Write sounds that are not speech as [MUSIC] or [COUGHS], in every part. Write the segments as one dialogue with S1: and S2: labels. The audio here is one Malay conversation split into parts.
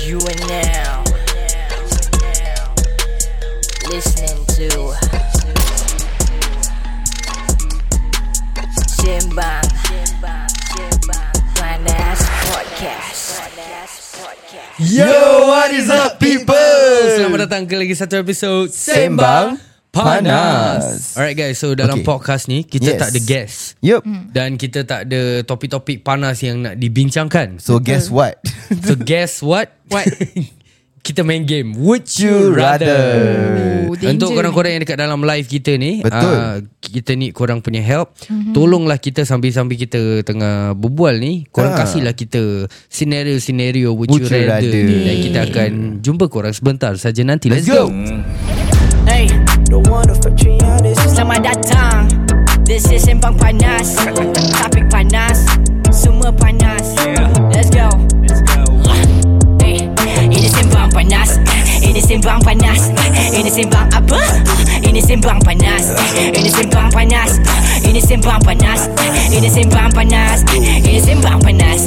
S1: You are now listening to Simbang Panas Podcast.
S2: Yo, what is up people?
S3: Selamat datang ke lagi satu episod
S2: Sembang Panas.
S3: Alright guys, so dalam
S2: Okay.
S3: okay. podcast ni
S2: Yes.
S3: kita yes. tak ada guest.
S2: Yup.
S4: Hmm.
S3: Dan kita tak ada topik-topik panas yang nak dibincangkan.
S2: So guess what?
S3: So guess what? What? [LAUGHS] kita main game Would
S2: You
S3: You
S2: Rather.
S3: Rather
S4: Oh, danger
S3: Untuk
S4: ni.
S3: korang-korang yang dekat dalam live kita ni
S2: Betul.
S3: ah, Kita ni korang punya help Tolonglah kita sambil-sambil kita tengah berbual ni Korang
S2: Ah.
S3: kasihlah kita Scenario-scenario Would, Would You Rather, ni. Dan kita akan jumpa korang sebentar saja nanti
S2: Let's go.
S1: Hey, selamat datang. This is Sembang Panas. Topik panas, semua panas. Let's go. Hey, ini Sembang Panas. Ini Sembang Panas. Ini Sembang apa? Ini Sembang Panas. Ini Sembang Panas. Ini Sembang Panas. Ini Sembang Panas. Ini Sembang Panas.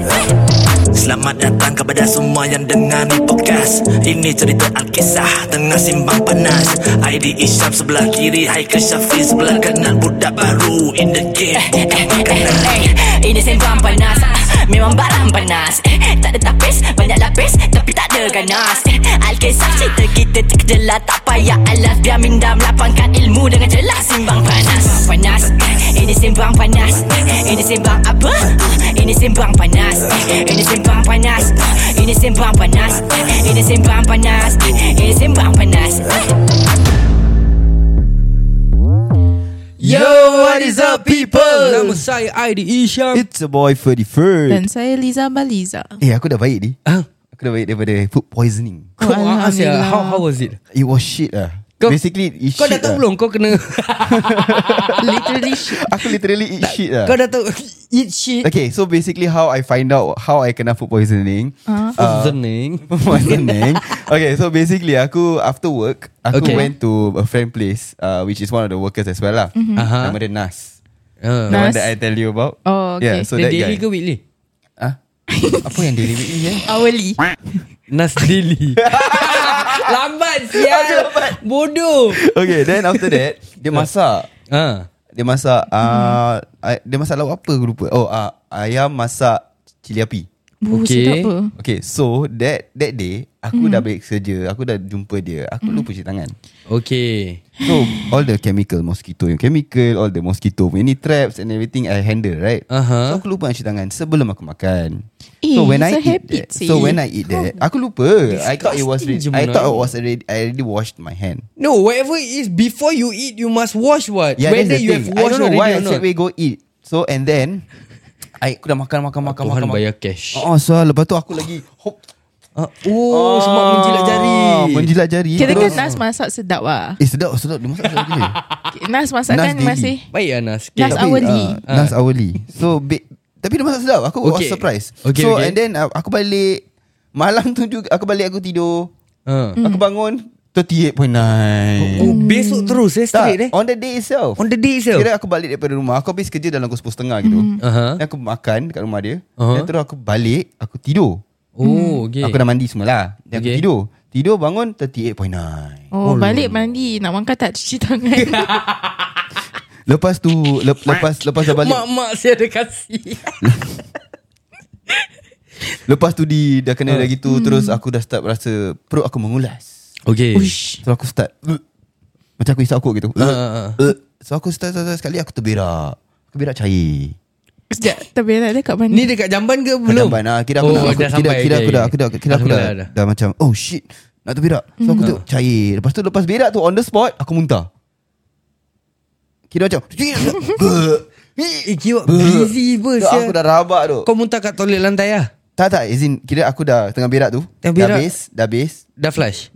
S5: Selamat datang kepada semua yang dengar ni podcast Ini cerita Alkisah tengah simbang panas ID Isyam sebelah kiri Haikal Syafi sebelah kanan Budak baru in the game
S1: Eh, eh, eh, Ini sembang panas Ah, Memang barang panas Eh, Tak ada tapis Banyak lapis Tapi tak ada ganas Eh, Alkisah cerita kita terkejelah Tak payah alas Biar minda melapangkan ilmu Dengan jelas Simbang panas Sembang panas Eh, Ini sembang panas Eh, Ini sembang apa? Ah, Ini sembang panas Eh, Ini sembang panas Ah, Ini sembang panas Eh, Ini sembang panas Eh, Ini sembang panas Eh.
S2: Yo, what is up
S3: Nama
S2: people?
S3: saya Aidi Isyam
S2: It's a boy 31st.
S4: Dan saya Liza Baliza.
S2: Eh, aku dah baik ni.
S3: Ah,
S2: Aku dah baik daripada food poisoning.
S3: Kau
S4: Oh,
S3: orang ask ya
S4: Alhamdulillah.
S3: How, how was it?
S2: It was shit lah.
S3: Kau-
S2: Basically, it
S3: Kau
S2: shit
S3: dah tahu
S2: lah.
S3: belum Kau
S2: [LAUGHS]
S3: kena
S4: Literally shit.
S2: Aku literally eat shit lah.
S3: Kau dah tahu [LAUGHS] Eat shit
S2: Okay, so basically how I find out how I kena food poisoning.
S4: Ah.
S2: [LAUGHS]
S3: [LAUGHS] Poisoning
S2: Poisoning. okay, so basically aku after work, aku
S3: Okay.
S2: went to a friend place, uh, which is one of the workers as well lah.
S3: Aha.
S2: Nama dia Nas. The
S3: Ah.
S2: one
S4: Mm-hmm. Nas.
S2: that I tell you about.
S4: Oh, okay.
S2: Yeah, so
S3: Dia
S2: that guy. Ah.
S3: daily ke weekly?
S2: Huh? Apa yang daily weekly eh?
S4: Hourly.
S3: Nas
S2: [LAUGHS]
S3: daily [LAUGHS] Lambat sial Bodoh
S2: Okay, then after that, dia masak.
S3: Ah,
S2: Dia masak, uh, dia masak lauk apa aku lupa. Oh, uh, ayam masak cili api.
S4: Bu,
S3: Okay.
S4: sedap apa?
S2: Okay, so that that day,
S4: Hmm.
S2: aku dah balik kerja, aku dah jumpa dia, aku lupa cuci tangan.
S3: Okay
S2: So, all the chemical, mosquito yang chemical, all the mosquito punya ni traps and everything I handle, right?
S3: Aha.
S2: So, aku lupa nak cuci tangan sebelum aku makan.
S4: Uh-huh. Eh,
S2: so, when I
S4: it's a
S2: eat
S4: habit,
S2: that, so
S4: sih.
S2: when I eat that, aku lupa. I thought it was,
S3: Disgusting
S2: re- I
S3: je benda
S2: thought
S3: ni.
S2: it was already, I already washed my hand.
S3: No whatever it is Before you eat You must wash what
S2: Yeah, that's
S3: Whether
S2: the
S3: you
S2: thing.
S3: have
S2: I
S3: washed
S2: don't know why
S3: already
S2: I
S3: or
S2: said
S3: not
S2: we go eat. So and then I aku dah makan makan makan
S3: Tuhan
S2: makan. makan.
S3: bayar cash
S2: Oh, so lepas tu aku lagi hop.
S3: Ah, Oh Semak menjilat jari
S2: Ah, Menjilat jari.
S4: Kira
S2: Terus-
S4: kan Nas masak sedap lah.
S2: Eh sedap sedap dia masak sedap
S3: [LAUGHS]
S2: gila.
S4: Nas masak
S2: Nas
S4: kan
S2: daily.
S4: masih
S3: Baik lah Nas
S4: Nas
S3: Okay.
S2: Tapi,
S4: hourly.
S2: ah, Nas hourly. So ba- tapi dia masak sedap. Aku was
S3: Okay.
S2: surprised.
S3: Okay,
S2: so
S3: okay.
S2: and then uh, aku balik malam tu juga aku balik aku tidur.
S3: Ah.
S2: Aku bangun 38.9.
S3: Oh, besok terus eh
S2: Eh. Tak,
S3: straight eh.
S2: on the day itself.
S3: On the day itself. Hmm.
S2: Kira aku balik daripada rumah Aku habis kerja dalam pukul 10.30 gitu mm.
S3: Aha.
S2: Aku makan dekat rumah dia
S3: Aha.
S2: uh-huh. Dan terus aku balik Aku tidur
S3: Oh, okay.
S2: Aku dah mandi semua lah Dan okay. aku
S3: Okay.
S2: tidur Tidur bangun 38.9
S4: Oh, balik mandi. Nak makan tak cuci
S2: [LAUGHS]
S4: tangan.
S2: Lepas tu le, Lepas lepas dah balik
S3: Mak-mak saya ada [LAUGHS] kasih.
S2: Lepas tu di Dah
S3: Ah.
S2: kena dah gitu
S3: Hmm.
S2: Terus aku dah start rasa Perut aku mengulas
S3: Okay.
S2: Terus aku start "Ugh." Macam aku isap aku gitu
S3: Ah, ah, ah.
S2: "Ugh." So aku start, start, start sekali Aku terberak Aku berak cair
S4: Sekejap. Terberak dekat mana?
S3: Ni dekat jamban ke belum?
S2: Jamban ah kira aku
S3: oh,
S2: nak, aku, kira,
S3: dah sampai.
S2: kira aku
S3: Okay.
S2: dah aku dah kira aku dah,
S3: Alhamdulillah
S2: dah, macam oh shit nak terberak. So
S3: Hmm.
S2: aku tu cair. Lepas tu lepas berak tu on the spot aku muntah. Kira macam
S3: Eh, kiwa busy pun
S2: so, aku
S3: sial.
S2: dah rabak tu.
S3: Kau muntah kat toilet lantai lah.
S2: Tak tak izin kira aku dah tengah berak tu.
S3: Dah berak.
S2: habis, dah habis.
S3: Dah flush.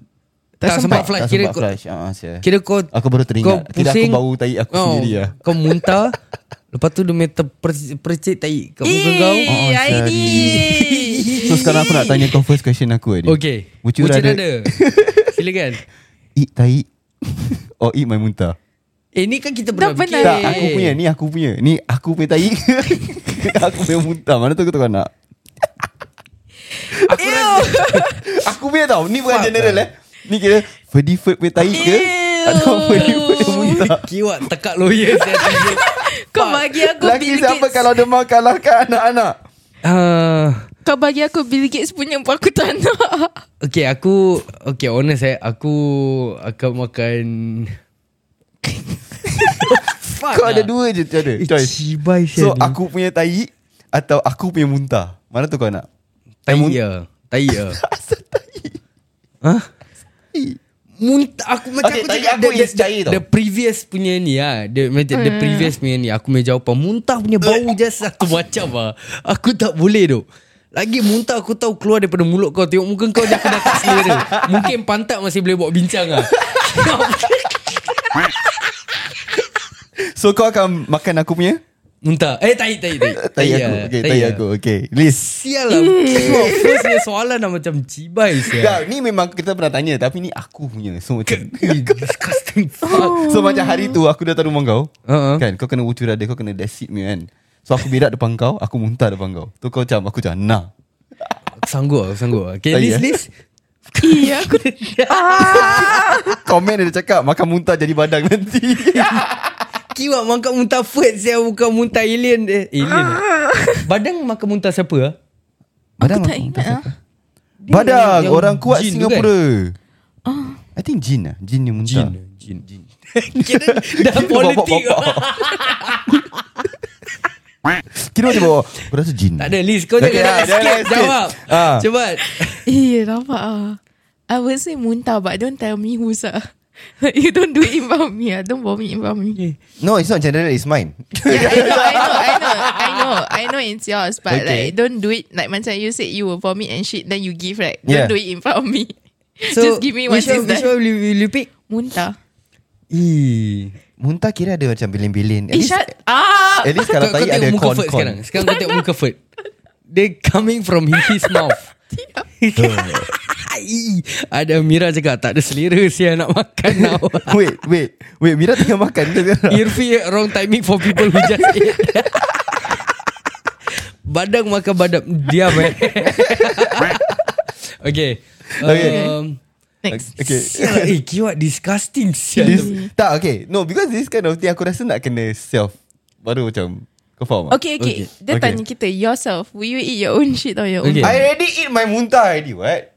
S4: Tak sempat.
S3: flush.
S2: tak sempat
S3: kira kau,
S2: flash. Ah, sia.
S3: Kira kau
S2: Aku baru teringat.
S3: kau
S2: Kira aku
S3: pusing.
S2: bau
S3: Oh,
S2: tai aku sendiri lah.
S3: Kau muntah. lepas tu dia main terpercik percik tai kat muka kau.
S4: Eh,
S2: Oh,
S4: Aidi.
S3: [LAUGHS]
S2: So sekarang aku nak tanya kau first question aku ni.
S3: Okay.
S2: Would you rather [LAUGHS]
S3: Silakan.
S2: eat [LAUGHS] tai or eat my muntah?
S3: Eh, ni kan kita pernah
S4: Tak pernah.
S3: fikir.
S2: Tak, aku punya ni aku punya. Ni [LAUGHS] aku punya tai. aku punya muntah. Mana tu aku tahu nak. Aku rasa Aku punya tau Ni bukan general eh Ni kira Ferdy Ferd punya tahi ke Atau Ferdy Ferd punya muntah
S3: Kiwak tekak lawyer
S2: [LAUGHS]
S6: Kau bagi aku
S2: Laki
S6: Bill
S2: siapa
S6: Gates.
S2: kalau demam kalahkan anak-anak
S3: uh,
S4: Kau bagi aku Bill Gates punya pun aku tak nak
S3: Okay aku Okay honest eh Aku Akan makan
S2: Kau ada dua je tu ada
S3: lah. Eh,
S2: choice.
S3: cibai
S2: So
S3: sial ni.
S2: aku punya tahi Atau aku punya muntah Mana tu kau nak
S3: Tai ya Tai
S2: [LAUGHS]
S3: ya Hah? Muntah Ha? Aku macam
S2: Okay,
S3: aku
S2: tai
S3: cakap
S2: aku
S3: the,
S2: yes jair tau.
S3: the, the previous punya ni ah, the, macam the previous punya ni Aku punya jawapan Muntah punya
S2: [LAUGHS]
S3: bau just satu macam ah. Aku tak boleh tu lagi muntah aku tahu keluar daripada mulut kau Tengok muka kau je aku dah tak selera
S2: [LAUGHS]
S3: Mungkin pantat masih boleh buat bincang lah
S2: So kau akan makan aku punya
S3: Muntah Eh tai tai tai
S2: Tahi aku
S3: ah,
S2: Okay
S3: tai
S2: tahi
S3: ah.
S2: aku Okay List
S3: Sial lah Tengok first punya soalan dah macam cibai
S2: Kau,
S3: sial
S2: ni memang kita pernah tanya Tapi ni aku punya So macam [LAUGHS]
S3: Ih, Disgusting fuck
S2: So macam hari tu Aku datang rumah kau
S3: Uh-uh.
S2: Kan kau kena ucur ada Kau kena desit me kan So aku berak depan kau Aku muntah depan kau Tu kau macam Aku macam nah
S3: Sanggup lah Sanggup lah Okay
S2: Tak
S3: list
S2: ya?
S3: list
S4: Iya
S3: [LAUGHS]
S4: aku
S2: Komen dia cakap Makan muntah jadi badang
S3: [LAUGHS]
S2: nanti
S3: Kiwak makan muntah Ferd Saya bukan muntah alien eh, Alien eh?
S4: Ah.
S3: Badang makan muntah siapa ah?
S2: Badang
S4: tak ingat lah
S2: Badang
S3: yang- yang
S2: Orang kuat
S3: jin tu
S2: Singapura
S4: kan? Ah.
S2: I think jin lah Jin yang muntah
S3: Jin Jin, jin. Ah. [LAUGHS] Kira [LAUGHS] dah
S2: Kira
S3: politik
S2: bapak-bapak. Kira macam bawa Aku rasa jin
S3: Tak ada list Kau jangan
S2: Okay,
S3: nak
S2: ah, jangan
S3: skip
S2: skip.
S3: Jawab
S2: Ah.
S3: Cuba
S4: Eh nampak ah I would say muntah But don't tell me who's ah [LAUGHS] You don't do it in front of me ah. Don't vomit in front of me
S2: No it's not general It's mine
S4: yeah, [LAUGHS] I know, I know, I know, I know, I know it's yours,
S2: Okay.
S4: but like don't do it like macam you said you will vomit and shit, then you give right.
S2: Yeah.
S4: Don't do it in front of me. Just give me one
S3: Which
S4: is
S3: one, which
S4: that.
S3: one will you, will you pick
S4: Muntah.
S3: Ih.
S2: Muntah kira ada macam bilin-bilin At
S4: Eh,
S2: least,
S4: shut up.
S2: at least kalau
S3: kau,
S2: tahi
S3: kau
S2: ada
S3: tengok muka Ferd
S2: kon-kon
S3: sekarang Sekarang kau tengok muka Ferd Dia coming from his
S4: [LAUGHS]
S3: mouth [LAUGHS] Ih, Ada Mira cakap Tak ada selera Saya nak [LAUGHS] makan now
S2: Wait wait Wait Mira tengah makan ke
S3: [LAUGHS]
S2: sekarang
S3: Irfi wrong timing For people who just ate Badang makan badam Diam eh [LAUGHS] Okay
S2: Okay.
S3: um,
S4: Next.
S2: Okay
S3: Sial Eh kiwat disgusting
S2: This,
S3: Sial
S2: tak okay No because this kind of thing Aku rasa nak kena self Baru macam Kau faham tak?
S4: Okay, okay.
S3: Okay.
S4: Dia
S2: Okay.
S4: tanya kita yourself. Will you eat your own shit or your
S3: Okay.
S4: own?
S2: I already eat my muntah already what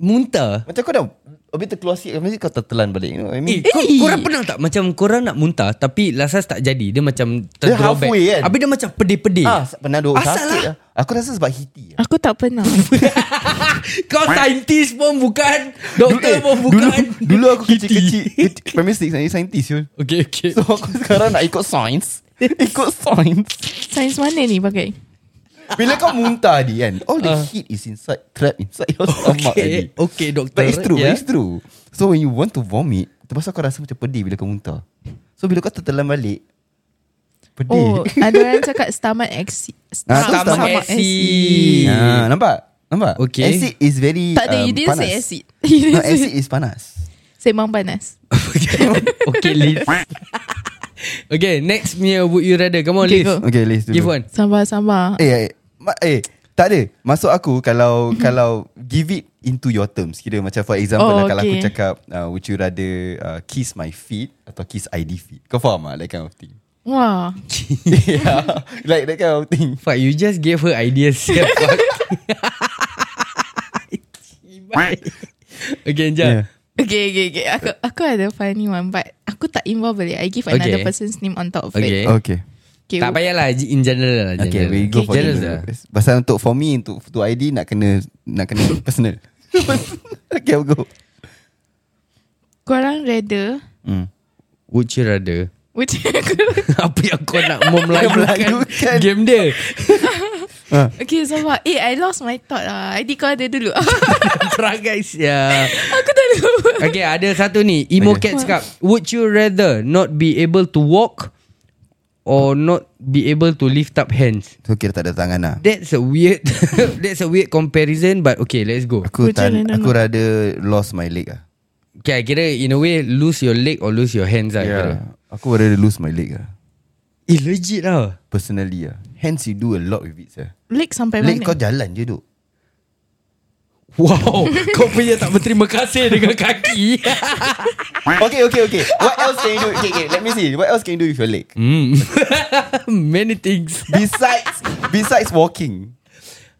S3: Muntah
S2: Macam kau dah Habis terkeluar sikit Habis kau tertelan balik You know what I
S3: Eh,
S2: mean
S3: kau, korang pernah tak Macam korang nak muntah Tapi last last tak jadi Dia macam
S2: Dia
S3: terdrawback
S2: halfway kan?
S3: Habis dia macam pedih-pedih
S2: Ah, pernah dua
S3: Eh. Asal
S2: sakit lah.
S3: lah
S2: Aku rasa sebab hiti lah.
S4: Aku tak pernah. [LAUGHS]
S3: Kau saintis pun bukan
S2: eh,
S3: Doktor pun [LAUGHS]
S2: dulu,
S3: bukan
S2: dulu aku kecil-kecil kecil- Primary six Nak jadi saintis Yul
S3: Okay okay
S2: So [LAUGHS] aku sekarang nak ikut
S3: [LAUGHS]
S2: sains Ikut sains
S4: Sains mana ni pakai?
S2: Bila kau muntah di kan All the heat is inside Trapped inside your stomach
S3: Ah. [LAUGHS] Okay,
S2: already.
S3: okay doktor
S2: But it's true
S3: ya.
S2: yeah. It's true So when you want to vomit Terpaksa kau rasa macam pedih Bila kau muntah So bila kau tertelan balik [LAUGHS]
S4: Oh,
S2: Pedih
S4: ada orang cakap stomach acid.
S2: Eh. Ah, tu
S4: Stomach,
S2: stomach
S4: stomach
S3: acid.
S4: acid.
S2: ah, Nampak Nampak
S3: Okay.
S2: Acid is very
S4: Tak ada,
S2: um,
S4: you didn't
S2: panas.
S4: say acid. [LAUGHS] You
S2: No
S4: didn't
S2: acid
S4: say
S2: is panas
S4: Sembang panas.
S3: okay, [LAUGHS] Liz. okay, next punya would you rather? Come on,
S4: Okay,
S3: Liz.
S4: go.
S2: Okay Liz dulu
S3: Give one.
S4: Sabar-sabar.
S2: Eh, eh, ma- eh tak ada. Masuk aku
S4: [LAUGHS]
S2: kalau kalau give it into your terms. Kira macam for example oh,
S4: Oh,
S2: lah, kalau aku
S4: okay.
S2: cakap uh, would you rather uh, kiss my feet atau kiss ID feet. Kau faham tak that kind of thing?
S4: [LAUGHS]
S2: [LAUGHS]
S4: Wah.
S2: yeah. Like that kind of thing.
S3: Fuck, you just gave her ideas. [LAUGHS] Yeah, fuck. [LAUGHS]
S2: Yeah.
S3: okay, Anja.
S4: Okay, okay, okay. Aku, aku ada funny one but aku tak involve balik. I give another
S3: Okay.
S4: person's name on top of
S3: Okay.
S4: it.
S2: Okay.
S4: Okay.
S3: Tak payahlah in general lah.
S2: Okay,
S3: general.
S2: we go for
S3: General
S2: general.
S3: lah.
S2: Pasal untuk for me untuk to ID nak kena nak kena [LAUGHS] personal. okay, I'll go.
S4: Korang rather
S2: Hmm.
S3: Would you rather? [LAUGHS]
S4: which [LAUGHS]
S3: Apa yang kau
S2: [LAUGHS]
S3: nak memelajukan
S2: Memelayukan.
S3: game dia?
S4: Okay, sabar. Eh, I lost my thought lah. ID kau ada dulu. [LAUGHS]
S3: [LAUGHS] Terang guys. Ya.
S4: aku tak lupa.
S3: Okay, ada satu ni. Emo
S2: Okay.
S3: Cat cakap, would you rather not be able to walk or not be able to lift up hands?
S2: So kira tak ada tangan lah.
S3: That's a weird [LAUGHS] That's a weird comparison But okay let's go
S2: Aku
S4: Would you
S2: tan,
S4: rather
S2: aku
S4: not?
S2: rather lost my leg ah.
S3: Okay I kira in a way Lose your leg or lose your hands lah yeah.
S2: Aku rather lose my leg ah.
S3: kira Eh legit lah
S2: Personally ah. Hence you do a lot with it sir.
S4: Leg sampai
S2: Leg
S4: mana?
S2: kau jalan je duk
S3: Wow [LAUGHS] Kau punya tak berterima kasih Dengan kaki [LAUGHS]
S2: Okay okay okay What else can you do Okay okay let me see What else can you do with your leg
S3: Hmm. Many things
S2: Besides Besides walking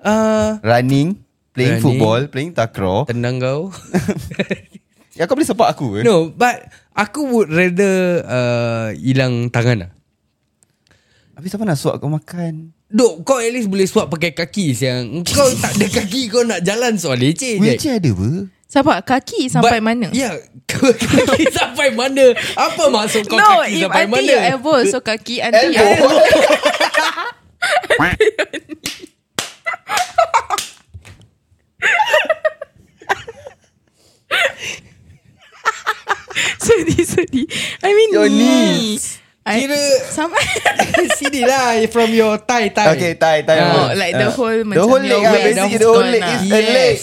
S3: uh,
S2: Running Playing
S3: Running.
S2: football Playing takraw
S3: Tenang kau [LAUGHS]
S2: Ya kau boleh sepak aku eh?
S3: No but Aku would rather uh, Hilang tangan lah
S2: Habis siapa nak suap kau makan
S3: Dok kau at least boleh suap pakai kaki siang Kau tak ada kaki Kau nak jalan soal leceh je
S2: Wheelchair ada apa
S4: Sabar kaki sampai
S3: But-
S4: mana
S3: Ya yeah, [LAUGHS] Kaki sampai mana Apa maksud kau
S4: No
S3: kaki
S4: if
S3: sampai
S4: until
S3: mana
S4: your elbow So kaki until your elbow
S3: [LAUGHS]
S2: Elbow
S4: Sedih sedih I mean
S2: Your
S4: knees I,
S3: Kira-
S4: Sampai
S3: [LAUGHS] Sini lah From your thigh thigh
S2: Okay tie tie
S3: Oh,
S4: like the whole
S2: The
S4: macam
S2: whole leg ah,
S4: your waist
S2: Basically
S4: down
S2: the whole
S4: stone
S2: leg
S4: lah.
S2: is a leg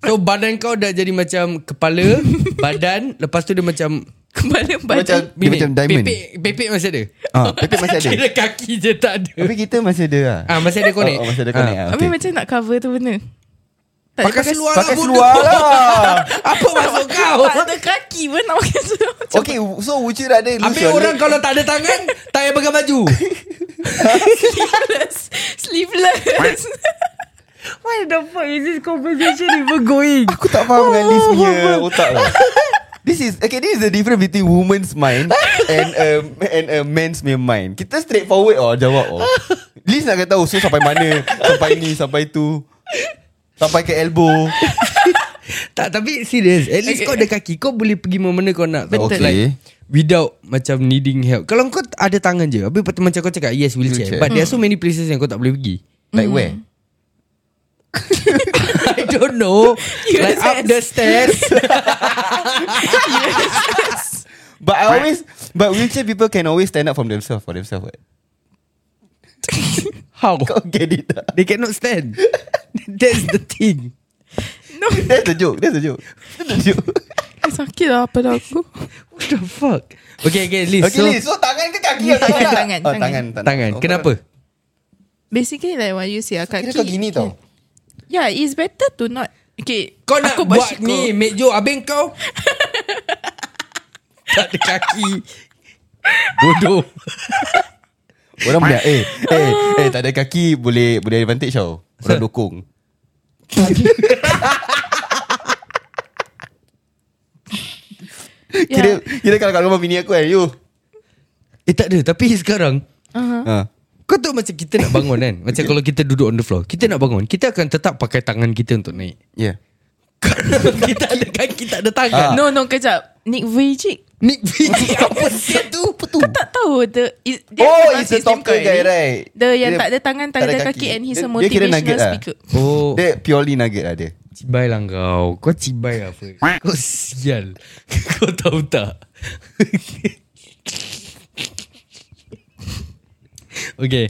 S3: So badan kau dah jadi macam
S4: [LAUGHS]
S3: Kepala Badan Lepas tu dia macam
S4: [LAUGHS] Kepala
S2: Macam
S4: badan
S2: Dia
S3: ni,
S2: macam diamond
S3: Pepek Pepek masih ada
S2: Ah, Pepek masih
S3: [LAUGHS]
S2: ada
S3: Kira kaki je tak ada
S2: Tapi kita masih ada lah
S3: Ah masih ada connect
S2: Oh, oh, masih ada connect
S3: Ah.
S2: ah,
S4: Habis
S2: okay.
S4: macam nak cover tu benda Tak
S3: Pakai seluar
S2: Pakai
S3: lah bodoh.
S2: seluar
S4: [LAUGHS]
S2: lah
S3: [LAUGHS]
S2: [LAUGHS]
S3: Apa maksud kau
S4: Tak ada kaki pun nak pakai seluar Macam
S2: Okay so would you rather lose
S3: Habis
S2: your
S3: orang
S2: leg
S3: kalau tak ada tangan [LAUGHS] Tak payah pakai baju
S4: sleeveless [LAUGHS] Sleeveless
S6: Why the fuck is this conversation even going?
S2: Aku tak faham dengan Liz
S4: [LAUGHS]
S2: punya otak lah This is Okay this is the difference Between woman's mind And um, and a man's punya mind Kita straightforward oh Jawab oh Liz nak kata oh, So sampai mana Sampai ni Sampai tu Sampai ke elbow
S3: Tak tapi serious At least
S4: Okay.
S3: kau ada kaki Kau boleh pergi mana-mana kau nak tau.
S2: Betul.
S3: like, Without macam needing help Kalau kau ada tangan je Habis pat- macam kau cakap Yes wheelchair,
S2: Wheelchair.
S3: But there are so many places Yang kau tak boleh pergi [LAUGHS]
S2: Like
S4: Hmm.
S2: where
S3: I don't [LAUGHS] know Like up the stairs
S2: But I always But wheelchair people Can always stand up from themselves For themselves what?
S3: [LAUGHS]
S2: [LAUGHS]
S3: How
S2: Kau get it tak?
S3: They cannot stand [LAUGHS] That's the thing
S4: No
S2: That's the joke That's the joke That's the joke
S4: Sakit lah pada aku
S3: What the fuck Okay okay Liz
S2: Okay
S3: so,
S2: Liz So tangan ke kaki atau tak?
S4: Tangan, tangan,
S2: Oh,
S4: tangan.
S2: tangan
S3: Tangan
S2: Oh,
S3: Kenapa
S4: Basically like what you say ah,
S2: Kira
S4: Kaki
S2: kau gini tau
S4: Yeah it's better to not Okay
S3: Kau nak
S4: aku
S3: buat
S4: bersyukur.
S3: ni Mek Jo Abang kau [LAUGHS] Tak ada kaki Bodoh
S2: Orang bilang Eh eh, eh tak ada kaki Boleh boleh advantage tau Orang dukung
S4: Yeah.
S2: Kira kira kalau kat rumah bini aku eh You
S3: Eh tak ada Tapi sekarang
S4: Uh-huh.
S2: ha.
S3: Kau tahu macam kita nak bangun kan Macam kalau kita duduk on the floor Kita nak bangun Kita akan tetap pakai tangan kita untuk naik
S2: Yeah
S3: [LAUGHS] Kita ada kaki Tak ada tangan
S2: Ah.
S3: no.
S4: No no kejap Nick Vujicic
S3: Nick Vujicic [LAUGHS] Apa sih tu
S4: Kau tak tahu the, is, dia
S2: Oh
S4: memang
S2: it's the
S4: system
S2: talker guy
S4: correctly.
S2: right
S4: The yang tak ada tangan, tak ada kaki, and he's a
S2: Dia- dia kira
S4: motivational
S2: nugget lah.
S4: speaker.
S3: Oh
S2: Dia purely nugget lah dia
S3: Cibai lah kau Kau cibai apa Kau sial [LAUGHS] Kau tahu tak [LAUGHS] Okay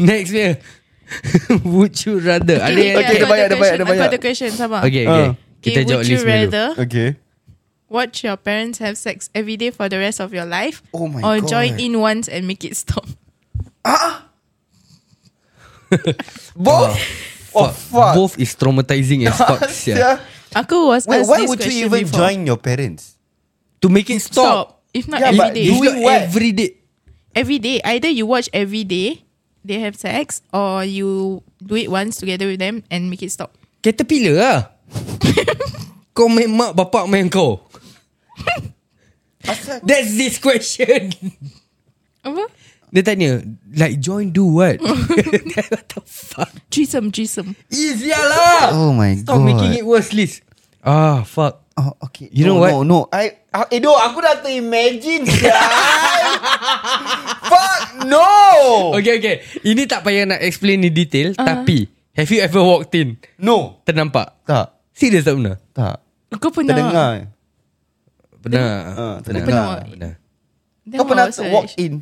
S3: Next dia [LAUGHS] Would you rather Ada yang
S2: Okay,
S4: aku
S2: ada banyak, ada
S4: question,
S2: banyak, ada
S4: aku
S2: banyak.
S4: ada question sabar.
S3: Okay, okay.
S2: Ah.
S3: Kita jawab
S4: would you
S3: list dulu Ah,
S4: rather
S2: Okay
S4: watch your parents have sex every day for the rest of your life
S2: Oh my
S4: or
S2: God.
S4: join in once and make it stop?
S2: Both Oh fuck
S3: Both is traumatizing as
S2: [LAUGHS]
S3: fuck sial.
S2: Yeah.
S4: Aku was
S2: Wait,
S4: asked
S2: why
S4: this
S2: would
S4: question
S2: you even
S4: before.
S2: join your parents?
S3: To make it stop,
S4: Stop. If not
S2: Yeah,
S4: every
S2: but
S4: day.
S2: you-
S3: It's
S2: Doing
S3: not
S2: what?
S3: every day
S4: every day, either you watch every day they have sex or you do it once together with them and make it stop.
S3: Caterpillar
S2: [LAUGHS]
S3: lah Kau main mak bapak main kau That's this question
S4: Apa?
S3: Dia tanya Like join do
S2: [LAUGHS]
S3: what What the fuck
S4: Threesome, threesome.
S3: Easier lah
S2: Oh my
S3: Stop
S2: God.
S3: making it worse Liz Ah fuck
S2: Oh okay
S3: You
S2: no,
S3: know what?
S2: No no I, I Edo aku dah terimagine guys Fuck no
S3: Okay okay Ini tak payah nak explain in detail
S2: Ah.
S3: Tapi Have you ever walked in
S2: [LAUGHS] No
S3: Ternampak
S2: Tak
S3: Serius tak pernah
S2: Tak
S4: Kau pernah?
S2: Terdengar
S3: Pernah
S2: Ah,
S3: Pernah
S2: terdengar.
S3: Pernah, pernah.
S4: Then
S2: Kau
S4: what
S2: pernah
S4: was her
S2: walk
S4: reaction?
S2: in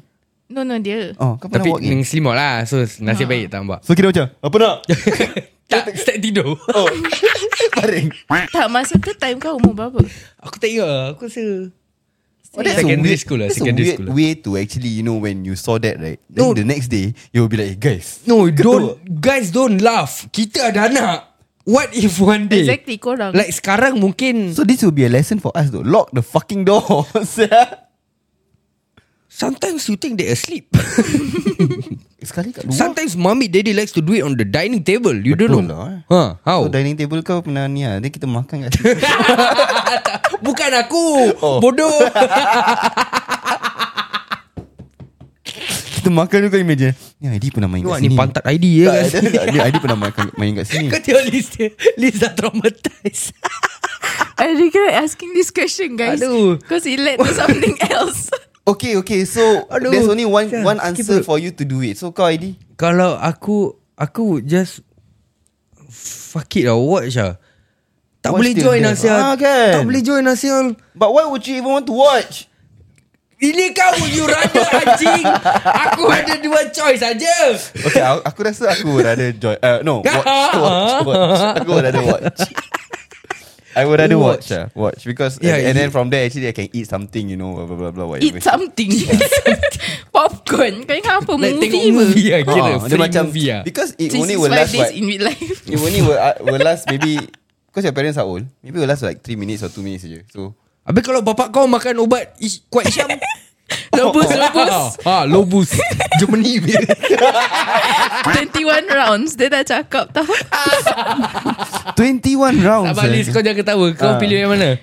S4: No, no, dia.
S2: Oh kau pernah
S3: Tapi
S2: walk in Ah.
S3: yang selimut lah So nasib baik
S2: [LAUGHS]
S3: tak nampak
S2: So kira macam Apa nak
S3: Tak start tidur
S2: Oh Paring
S4: Tak, masa tu time kau umur berapa?
S3: Aku tak ingat lah. Aku rasa
S2: Oh,
S3: that's
S2: a
S3: Secondary
S2: weird-
S3: school lah,
S2: that's a
S3: secondary
S2: weird
S3: school lah.
S2: way to actually You know when you saw that right Then
S3: No.
S2: the next day You will be like "Eh, Guys
S3: No don't Guys don't laugh Kita ada anak What if one day
S4: Exactly korang
S3: Like sekarang mungkin
S2: So this will be a lesson for us though. Lock the fucking doors. [LAUGHS]
S3: Sometimes you think they asleep
S2: Sekali kat luar.
S3: [LAUGHS] Sometimes mommy daddy likes to do it on the dining table You don't
S2: Betul
S3: know Oh,
S2: lah, eh.
S3: huh, How
S2: So dining table kau pernah ni lah Then kita makan kat
S3: [LAUGHS]
S2: situ
S3: Bukan aku oh. Bodoh [LAUGHS]
S2: Kita makan tu kau imagine Ni ID pernah main
S3: Wah,
S2: kat
S3: ni
S2: sini
S3: pantat ID ya
S2: [LAUGHS] Tak
S3: kan
S2: ada, tak ada. ID pernah main, main kat sini
S3: [LAUGHS] Kau tengok Liz dia Liz dah traumatized
S4: I regret asking this question guys
S3: Aduh.
S4: Because it led to something else
S2: Okay okay so
S3: Aduh.
S2: There's only one
S3: Sial,
S2: one
S3: skip
S2: answer
S3: it.
S2: for you to do it So kau ID
S3: Kalau aku Aku would just Fuck it lah Watch lah Tak
S2: Watch
S3: boleh
S2: till
S3: join
S2: death. Ah,
S3: Nasial
S2: kan?
S3: Tak boleh join Nasial
S2: But why would you even want to watch
S3: Ini kau You [LAUGHS] rada anjing Aku ada dua choice aja
S4: Hmm,
S2: Okay aku, aku rasa aku would rather join uh,
S3: [LAUGHS]
S2: No watch, watch, watch Aku would rather watch I would rather watch watch, uh, watch because yeah,
S3: Yeah,
S2: and, and
S3: you-
S2: then from there actually I can eat something you know blah blah blah, blah whatever.
S4: Eat something Popcorn Kau ingat apa
S3: Like
S4: Movie
S3: tengok
S4: apa?
S3: movie lah Kira
S2: Ah,
S3: free movie lah
S2: because it only will last
S4: 365 days
S2: what,
S4: in real life
S2: It only will, uh, will last maybe Because your parents are old Maybe will last like 3 minutes or 2 minutes je So
S3: Habis kalau bapak kau makan obat is- Kuat [LAUGHS] Isyam [LAUGHS]
S4: Lobus Lobus
S3: ha, Lobus Germany punya.
S4: 21 rounds Dia dah cakap tau
S2: 21 rounds eh?
S3: Abang Liz kau jangan ketawa Kau
S2: Ah.
S3: pilih yang mana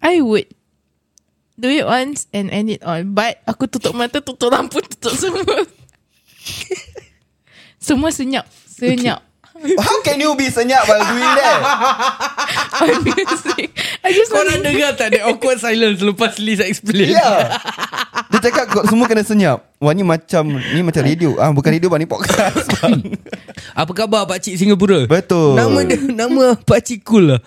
S4: I would Do it once And end it all But Aku tutup mata Tutup lampu Tutup semua [LAUGHS] Semua senyap Senyap
S2: How can you be senyap while doing that?
S4: [LAUGHS] On music I just
S3: Kau
S4: want
S3: nak dengar tak That awkward silence Lepas Liz explain
S2: yeah. Ya. Dia cakap kau semua kena senyap. Wah ni macam ni macam radio. Ah bukan radio bang ni
S3: [LAUGHS]
S2: podcast. Bang.
S3: Apa khabar Pakcik Singapura
S2: Betul.
S3: Nama dia [LAUGHS] Nama Pakcik cool lah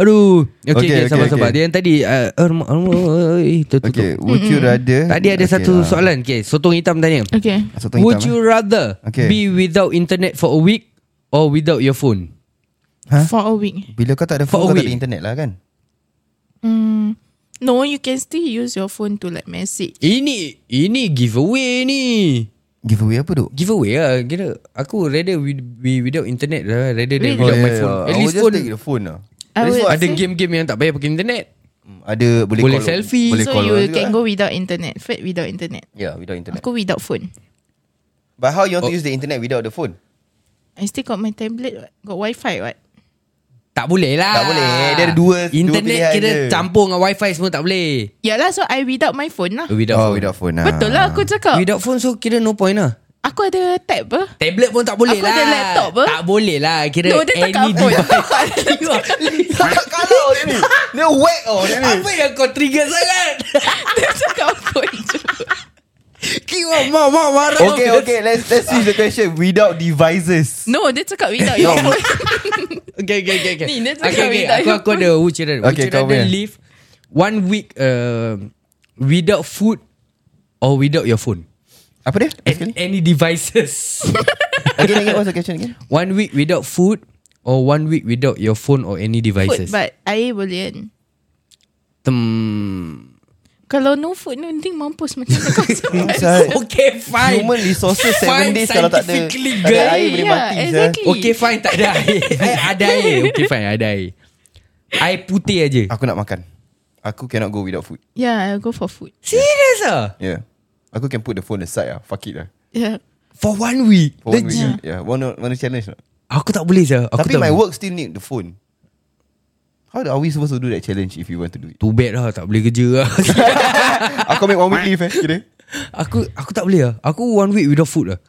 S3: Aduh Okay, okay,
S2: Okay,
S3: okay
S2: okay,
S3: sabar-sabar
S2: okay.
S3: Dia yang tadi uh, Arma, arma, eh, tutup,
S2: Okay,
S3: tutup.
S2: would you rather?
S3: Tadi ada
S2: Okay
S3: satu
S2: lah.
S3: soalan okay, Sotong hitam tanya
S4: Okay
S2: Sotong
S3: Would
S2: hitam, eh.
S3: you rather
S2: Okay.
S3: Be without internet for a week Or without your phone
S2: Huh?
S4: For a week
S2: eh? Bila kau tak ada
S3: For
S2: phone, kau
S3: a
S2: tak ada
S3: week.
S2: internet lah kan?
S4: mm, No you can still use your phone To like message
S3: Ini Ini giveaway ni
S2: Giveaway apa tu?
S3: Giveaway lah Kira Aku rather we, be without internet lah Rather than
S4: Really?
S2: Oh,
S3: without
S2: yeah,
S3: my phone
S2: yeah.
S3: At
S2: I
S3: least
S2: would just
S3: phone
S2: take the phone lah.
S4: I would
S3: Ada
S4: say-
S3: game-game yang tak payah pakai internet
S2: Hmm, Ada boleh,
S3: Boleh
S2: call,
S3: selfie.
S2: Boleh
S4: So
S2: call
S4: you
S2: orang juga
S4: can
S2: lah.
S4: go without internet Fred without internet
S2: Yeah, without internet.
S4: Aku without phone
S2: But how you want to
S3: Oh.
S2: use the internet without the phone?
S4: I still got my tablet what? Got wifi what
S3: Tak boleh lah
S2: Tak boleh. Dia ada dua- dua
S3: Internet
S2: pilihan
S3: kira
S2: je.
S3: campur dengan wifi semua tak boleh
S4: Yalah lah, so I without my phone lah
S3: Without
S2: oh,
S3: phone
S2: without phone lah.
S4: Betul lah
S2: [LAUGHS]
S4: aku cakap
S3: Without phone so kira no point lah
S4: Aku ada tab apa
S3: Tablet pun tak boleh
S4: Aku
S3: lah
S4: ada laptop apa?
S3: Tak boleh lah Kira
S4: No dia tak
S3: any
S4: [LAUGHS] phone
S3: device
S2: Tak kalau dia ni. Dia whack oh dia ni.
S3: Apa yang kau trigger
S2: [LAUGHS]
S3: sangat
S4: Dia cakap phone je
S3: Kira mak mak marah
S2: Okay, okay. Let's let's see the question without devices.
S4: No dia cakap without your phone
S3: Okay okay okay, okay.
S4: Ni, dia cakap
S3: okay, okay.
S4: without
S3: Aku, aku ada Would you rather Would
S2: Okay,
S3: you
S2: kau
S3: rather
S2: punya.
S3: live One week uh, Without food Or without your phone
S2: Apa dia?
S3: And any
S2: [LAUGHS]
S3: devices
S2: Again, again. What's the question again?
S3: One week without food Or one week without your phone Or any
S4: Food
S3: devices
S4: but I boleh kan
S3: Tem-
S4: Kalau no food ni Nanti mampus macam mana
S3: [LAUGHS]
S4: kau
S2: [LAUGHS]
S4: survive?
S2: Inside.
S3: Okay fine
S2: Human resources seven
S3: Fine,
S2: days kalau tak ada
S3: scientifically,
S2: tak ada
S3: girl.
S2: air boleh
S4: Yeah,
S2: mati sia.
S4: exactly.
S3: Okay fine tak ada [LAUGHS] air Eh, Ada air Okay fine ada air Air putih aja
S2: Aku nak makan. Aku cannot go without food.
S4: Yeah I'll go for food
S3: Serious ah?
S2: Yeah. Aku can put the phone aside lah. Fuck it lah.
S4: Yeah
S3: For one week
S2: For one
S3: Legit.
S2: week. Yeah. Wanna, wanna challenge tak?
S3: Aku tak boleh sah Aku
S2: Tapi
S3: tak
S2: my
S3: boleh.
S2: work still need the phone. How are we supposed to do that challenge if you want to do it?
S3: Too bad lah Tak boleh kerja
S2: [LAUGHS]
S3: lah
S2: Aku make one week leave eh. Kira.
S3: Aku aku tak boleh lah Aku one week without food lah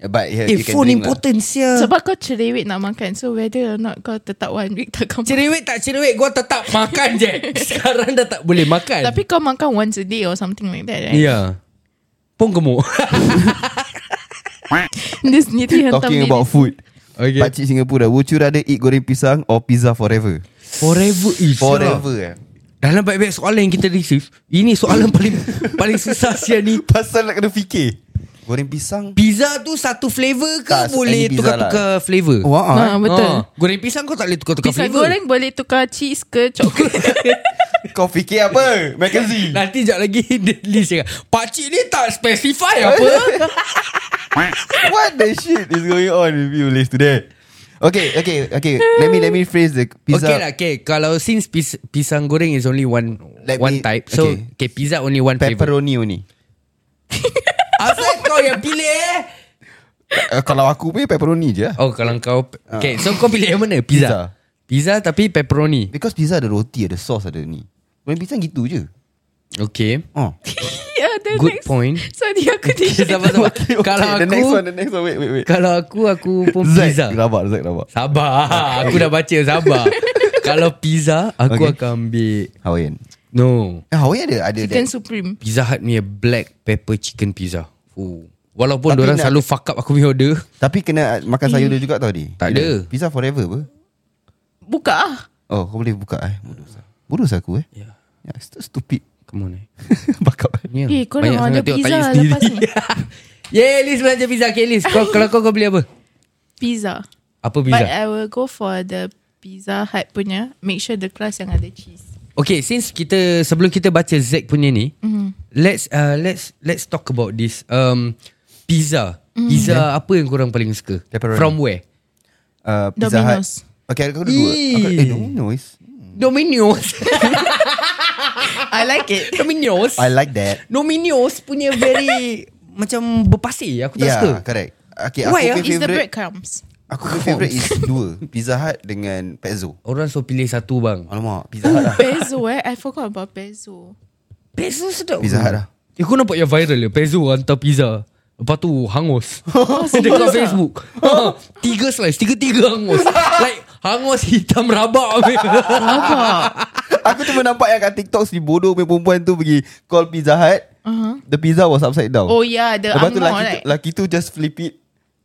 S2: Yeah, But yeah,
S3: Eh
S2: you can
S3: phone
S2: drink lah.
S3: important sia
S4: Sebab kau cerewet nak makan So whether or not Kau tetap one week Tak kau
S3: Cerewet tak cerewet Gua tetap makan je [LAUGHS] Sekarang dah tak boleh makan
S4: Tapi kau makan once a day Or something like
S3: Ya
S4: that right
S3: yeah. Pun gemuk
S4: Dia
S3: [LAUGHS]
S4: sendiri
S2: Lah.
S4: hantam
S2: Talking
S4: diri
S2: about food.
S3: Okay.
S2: Pakcik Singapura Would you rather eat goreng pisang Or pizza forever
S3: Forever ya. is
S2: Forever eh
S3: Dalam baik-baik soalan yang kita receive Ini soalan [LAUGHS] paling Paling susah sia ni
S2: Pasal nak kena fikir Goreng pisang
S3: Pizza tu satu flavor ke
S2: Tak,
S3: Boleh
S2: any pizza
S3: tukar-tukar flavor
S2: Wah ah,
S4: Ha,
S2: eh.
S4: betul.
S3: Ah, Goreng pisang kau tak boleh tukar-tukar
S4: Pisang
S3: flavor
S4: goreng boleh tukar cheese ke coklat
S3: [LAUGHS]
S4: [LAUGHS]
S2: Kau fikir apa Mackenzie
S3: Nanti sekejap lagi [LAUGHS] Dia list cakap Pakcik ni tak
S4: [LAUGHS]
S3: specify apa
S2: [LAUGHS] What the shit Is going on with you Liz today Okay, okay, okay. Let me let me phrase the pizza.
S3: Okay lah okay. Kalau since pis, pisang goreng is only one
S2: Let
S3: one
S2: me-
S3: type So
S2: okay.
S3: okay. okay pizza only one flavor
S2: Pepperoni only.
S3: Asal kau yang pilih eh
S2: Uh, kalau aku punya pepperoni je. lah.
S3: Oh kalau kau
S2: Ah.
S3: Okay so kau pilih yang mana Pizza Pizza, tapi pepperoni
S2: Because pizza ada roti, ada sauce, ada ni. Kalau pizza gitu je. [LAUGHS]
S3: Okay
S2: Oh.
S4: yeah, the
S3: Good
S4: next.
S3: point.
S4: Sorry
S3: [LAUGHS]
S4: aku
S3: Sabar,
S4: tidak
S3: sabar. Kalau
S2: the next one,
S3: aku
S2: the next one. Wait, wait, wait.
S3: Kalau aku Aku pun
S2: Zack
S3: pizza
S2: rabak, Zack rabak.
S3: Sabar Aku dah baca
S2: [LAUGHS]
S3: Sabar Kalau pizza Aku
S2: Okay.
S3: okay. akan ambil
S2: Hawaiian.
S3: No
S2: Eh, Hawaiian ada ada
S4: Chicken
S2: that.
S4: Supreme
S3: Pizza Hut ni Black pepper chicken pizza Ooh. Walaupun
S2: Tapi
S3: orang
S2: nak-
S3: selalu fuck up Aku punya order
S2: Tapi kena uh, makan sayur dia juga tau dia.
S3: Tak
S2: Gila.
S3: ada.
S2: Pizza forever apa?
S4: Buka ah
S2: Oh, kau boleh buka eh. Bodoh sah. Bodoh sah aku eh.
S3: Ya.
S2: Ya, yeah, stupid. [LAUGHS]
S3: Come on eh
S2: Bakal.
S3: yeah.
S4: Eh, kau nak order pizza lepas
S3: [LAUGHS]
S4: ni.
S3: Yeay Liz belanja pizza Okay Liz kau, Kalau kau kau beli apa
S4: Pizza
S3: Apa
S4: But uh,
S3: pizza
S4: I will go for the Pizza Hut punya Make sure the crust yang ada cheese
S3: Okay since kita Sebelum kita baca Zack punya ni
S4: Mhm.
S3: mm-hmm. Let's uh, Let's Let's talk about this um, Pizza
S4: Mhm.
S3: mm. Pizza apa yang korang paling suka
S2: Pepperoni.
S3: From where
S2: Uh, pizza Hut.
S4: Domino's.
S2: Okay, aku ada dua. Aku, eh,
S3: Eee.
S2: Domino's.
S3: Domino's
S4: I like
S3: [LAUGHS]
S4: it
S3: Domino's
S2: I like that.
S3: Domino's punya very [LAUGHS] Macam berpasir Aku tak
S2: yeah,
S3: suka
S2: correct. Okay,
S3: Why,
S2: aku punya
S3: ah?
S4: It's the
S2: favorite. [LAUGHS]
S4: breadcrumbs
S2: Aku punya favorite
S4: [LAUGHS]
S2: is dua. Pizza Hut dengan Pezzo.
S3: Orang so pilih satu bang
S2: Alamak,
S3: Oh.
S2: Pizza Hut lah.
S4: Pezzo eh I forgot about Pezzo
S3: Pezzo sedap
S2: Pizza
S4: [LAUGHS]
S2: Hut lah.
S3: Eh kau nampak yang viral ya Pezzo hantar pizza Lepas tu [LAUGHS] hangus Dekat
S4: serious ah?
S3: Facebook ha, Tiga slice Tiga-tiga [LAUGHS] hangus Like hangus hitam rabak [LAUGHS]
S2: Aku cuma nampak yang kat TikTok si bodoh punya perempuan tu pergi call Pizza Hut. Uh-huh. The pizza was upside down.
S4: Oh yeah The
S2: Lepas tu
S4: angmoh
S2: laki,
S4: right
S2: tu, laki tu just flip it.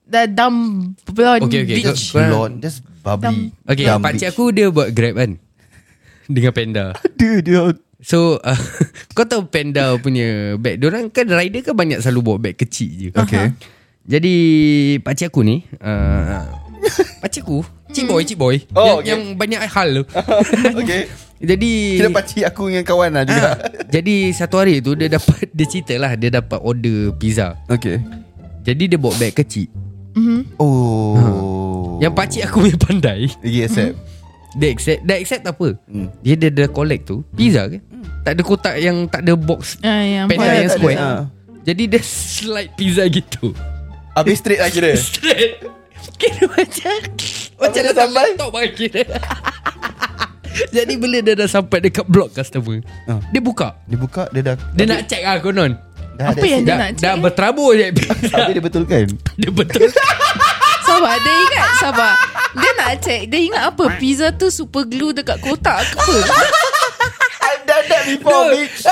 S4: The dumb blonde
S3: Okay, okay,
S4: bitch
S3: Kau-
S2: Blonde, just bubbly.
S3: Okay
S2: Dumb
S3: pakcik
S2: bitch.
S3: aku dia buat grab kan Dengan panda
S2: [LAUGHS] Dia,
S4: [LAUGHS]
S2: dia.
S3: So uh, [LAUGHS] Kau tahu panda punya bag Diorang kan rider kan banyak selalu bawa bag kecil je
S2: Okay.
S3: Jadi Pakcik aku ni uh, [LAUGHS] Pakcik aku Cik boy, cik boy
S2: Oh,
S3: yang,
S2: okay.
S3: yang banyak hal
S2: [LAUGHS]
S3: tu.
S2: okay.
S3: Jadi
S2: Kira pakcik aku dengan kawan lah juga.
S3: Ah, Jadi satu hari tu Dia dapat [LAUGHS] Dia cerita lah Dia dapat order pizza
S2: Okay.
S3: Jadi dia bawa beg kecil
S2: Oh.
S3: Ah. Yang pakcik aku punya pandai
S2: Okay, accept.
S3: Dia accept Dia accept apa
S2: Hmm.
S3: Dia dia dah collect tu Pizza ke Tak ada kotak yang Tak ada box
S4: Ah, yang
S3: Panda
S4: box.
S3: yang
S2: tak ada,
S3: square
S2: ah.
S3: Jadi dia slide pizza gitu
S2: Habis straight lah kira.
S3: Straight Kira macam Macam
S2: dah
S3: dah sampai
S2: sampai?
S3: Top bagi kira [LAUGHS] Jadi bila dia dah sampai Dekat blok customer
S2: Ah.
S3: Dia buka
S2: Dia buka, dia dah...
S3: Dia nak check lah konon
S2: dah
S4: Apa yang-
S3: Dah,
S4: Dia nak check.
S3: dah berterabur je [LAUGHS] pizza
S2: Tapi dia betulkan.
S3: Dia
S2: [LAUGHS]
S3: betul
S4: Sabar dia ingat Sabar Dia nak check Dia ingat apa Pizza tu super glue Dekat kotak ke
S3: [LAUGHS]
S4: apa
S2: I've done that before,
S3: No.
S2: bitch.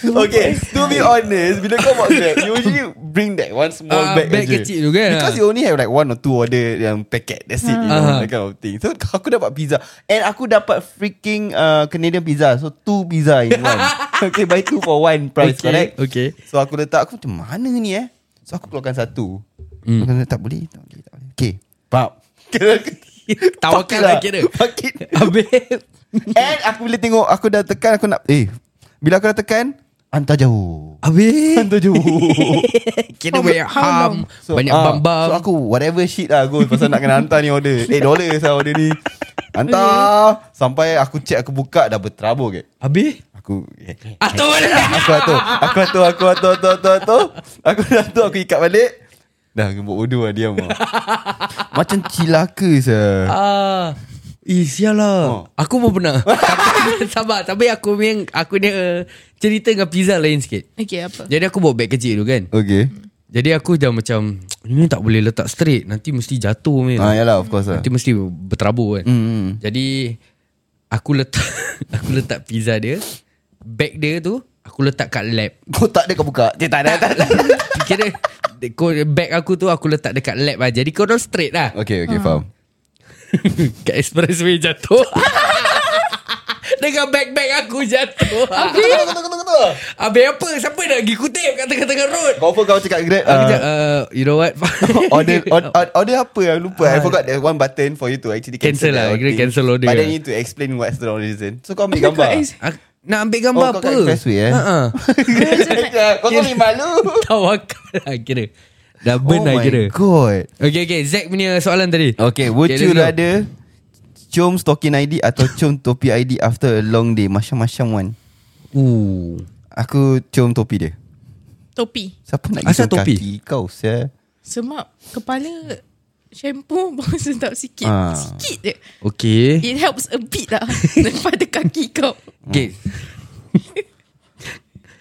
S2: okay, to be honest, bila kau buat grab, you usually bring that one small
S3: Ah,
S2: bag,
S3: bag
S2: aja.
S3: kecil tu kan,
S2: Because
S3: ah.
S2: you only have like one or two order yang packet. That's it, you know,
S3: Ah.
S2: that kind of thing. So aku dapat pizza, and aku dapat freaking uh, Canadian pizza. So two pizza in
S3: [LAUGHS]
S2: one. okay, buy two for one price,
S3: Okay,
S2: correct?
S3: okay.
S2: So aku letak Aku macam mana ni eh So aku keluarkan satu mm.
S3: Hmm.
S2: Aku kata tak boleh Tak boleh, tak boleh.
S3: [LAUGHS]
S2: Okay [LAUGHS] Pap Kira
S3: Tawakan lah kira
S2: Pakit
S3: Habis
S2: And aku bila tengok Aku dah tekan Aku nak Eh Bila aku dah tekan Hantar jauh
S3: Habis
S2: [LAUGHS] Hantar jauh
S3: Kira banyak ham Banyak
S2: ah,
S3: bambam
S2: So aku whatever shit lah Aku pasal nak kena hantar ni order Eh dollar saya order ni Hantar Sampai aku check Aku buka Dah berterabur ke
S3: Habis
S2: Aku eh,
S3: Atau mana
S2: Aku atur Aku atur Aku atur Atur atur atur Aku dah atur Aku ikat balik Dah gembok bodoh lah diam lah Macam cilaka sah
S3: [LAUGHS] Ah, Eh sial lah
S2: Oh.
S3: Aku pun
S2: [LAUGHS]
S3: pernah Tapi- Sabar Tapi aku yang Aku ni Cerita dengan pizza lain sikit
S4: Okay apa
S3: Jadi aku bawa beg kecil tu kan
S2: Okay
S3: Jadi aku dah macam Ini tak boleh letak straight Nanti mesti jatuh punya.
S2: Ah Hmm, yalah of course lah
S3: Nanti mesti berterabur kan
S2: Mm-mm.
S3: Jadi Aku letak [LAUGHS] Aku letak pizza dia Bag dia tu Aku letak kat lap
S2: Kotak dia kau buka Dia tak ada tak ada.
S3: [LAUGHS] Kira de- ko- Bag aku tu Aku letak dekat lab lah Jadi korang straight lah [LAUGHS]
S2: Okay okay faham
S3: Kat expressway jatuh [LAUGHS] Dengan bag-bag aku jatuh
S2: Kotak kotak kotak kotak
S3: Habis apa Siapa nak pergi kutip Kat tengah-tengah road
S2: Confirm kau cakap grab
S3: Aku
S2: uh,
S3: cakap, uh, You know what
S2: [LAUGHS] order, order, order apa I lupa I forgot there's one button for you to actually
S3: Ah. Cancel
S2: cancel,
S3: lah,
S2: that
S3: kira
S2: thing.
S3: cancel order
S2: But then
S3: lah. [LAUGHS]
S2: you need to explain what's the reason So kau ambil
S4: Oh my God,
S2: gambar
S4: it's-
S3: Ak- Nak ambil gambar
S2: Oh, kau
S3: apa
S2: kat expressway, eh?
S3: [LAUGHS] Ha, ha.
S2: [LAUGHS] Kau tak boleh malu
S3: Tawakal lah kira Dah burn
S2: Oh
S3: lah
S2: my
S3: kira
S2: god
S3: Okay okay Zack punya soalan tadi
S2: Okay would
S3: Okay,
S2: you
S3: let's go.
S2: rather Cium stocking ID Atau cium topi ID After a long day Macam-macam one
S3: Ooh.
S2: Aku cium topi dia
S4: Topi
S2: Siapa nak
S3: Asal
S2: cium
S3: topi?
S2: kaki kau saya.
S4: Sebab kepala Shampoo [LAUGHS] Baru sedap sikit
S2: Ah.
S4: Sikit je
S3: Okay
S4: It helps a bit lah [LAUGHS] Daripada kaki kau
S3: Okay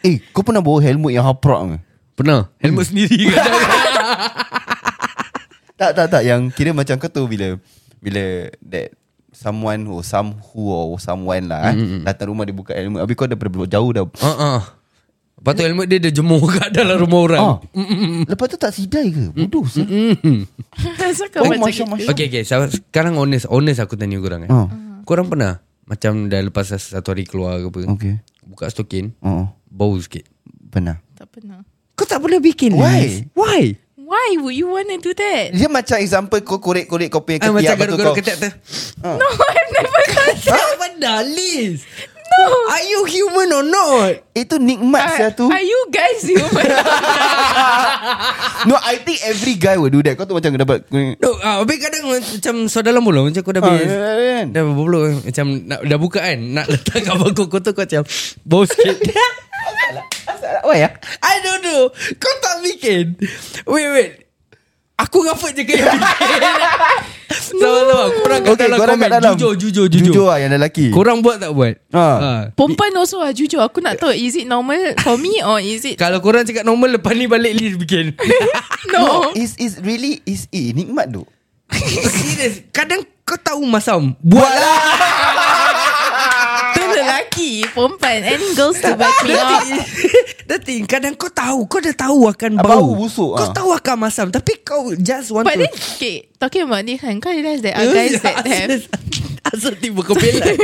S2: Eh kau pernah bawa helmet yang haprak ke?
S3: Pernah Hmm. Helmet sendiri [LAUGHS] ke
S2: Tak tak tak yang kira macam kau tu bila bila that someone or some who or someone lah mm-hmm. datang rumah dia buka helmet habis kau daripada jauh dah.
S3: Ha ah. Lepas tu helmet dia Dia jemur [LAUGHS] kat dalam rumah orang
S2: Ah. Lepas tu tak sidai ke? Bodoh sah.
S4: Asal kau
S2: Oh,
S4: macam
S2: Masya,
S4: gitu?
S2: Masya.
S3: Okay okay so, Sekarang honest Honest aku tanya korang eh.
S2: Oh.
S3: Korang pernah Macam dah lepas satu hari keluar ke apa
S2: Okay.
S3: Buka stokin
S2: Oh,
S3: Bau sikit
S2: pernah.
S4: Tak pernah
S3: Kau tak pernah bikin
S2: Why?
S3: Liz? Why?
S4: Why would you want to do that?
S2: Dia macam example kau korek-korek kau punya ketiak
S3: Ah, macam
S2: lepas tu
S3: garuk-garuk
S2: kau-
S3: ketiak tu
S2: Ah.
S4: No, I've
S2: [LAUGHS]
S4: never done that
S3: Tak pernah Liz No Are you human or not?
S2: Itu nikmat
S3: Eh,
S2: saya Ah, tu.
S4: Are you guys human?
S2: [LAUGHS] No, I think every guy will do that. Kau tu macam dapat
S3: No, ah, habis kadang macam Suara dalam mula Macam kau dah
S2: Ah,
S3: habis
S2: ya, kan?
S3: Dah berpuluh Macam nak, dah buka kan Nak letak kat bangku kau tu Kau macam Bau
S2: [LAUGHS]
S3: sikit
S2: Why ya?
S3: I don't know Kau tak bikin Wait wait Aku ngafut je
S2: [LAUGHS]
S3: kena bikin Sama-sama Aku pernah kat
S2: Okay,
S3: dalam
S2: korang
S3: komen
S2: kat dalam.
S3: Jujur jujur jujur
S2: Jujur lah yang lelaki.
S3: Korang buat tak buat Ah.
S2: Ha.
S4: Perempuan also lah Jujur aku nak tahu Is it normal for me Or is it
S3: Kalau korang cakap normal Lepas ni balik Liz bikin
S4: No
S2: Is is really is eh nikmat tu.
S3: Serius Kadang kau tahu masam [LAUGHS] Buatlah
S4: Itu lelaki Perempuan And girls to back me up
S3: The thing Kadang kau tahu Kau dah tahu akan
S2: Bau
S3: bau
S2: busuk, ah.
S3: Kau tahu akan masam Tapi kau just want
S4: But
S3: to
S4: then Okay Talking about this kan Kau realise
S3: [LAUGHS]
S4: that Are guys
S2: [LAUGHS]
S4: that have [LAUGHS]
S3: Asal tiba kau pelan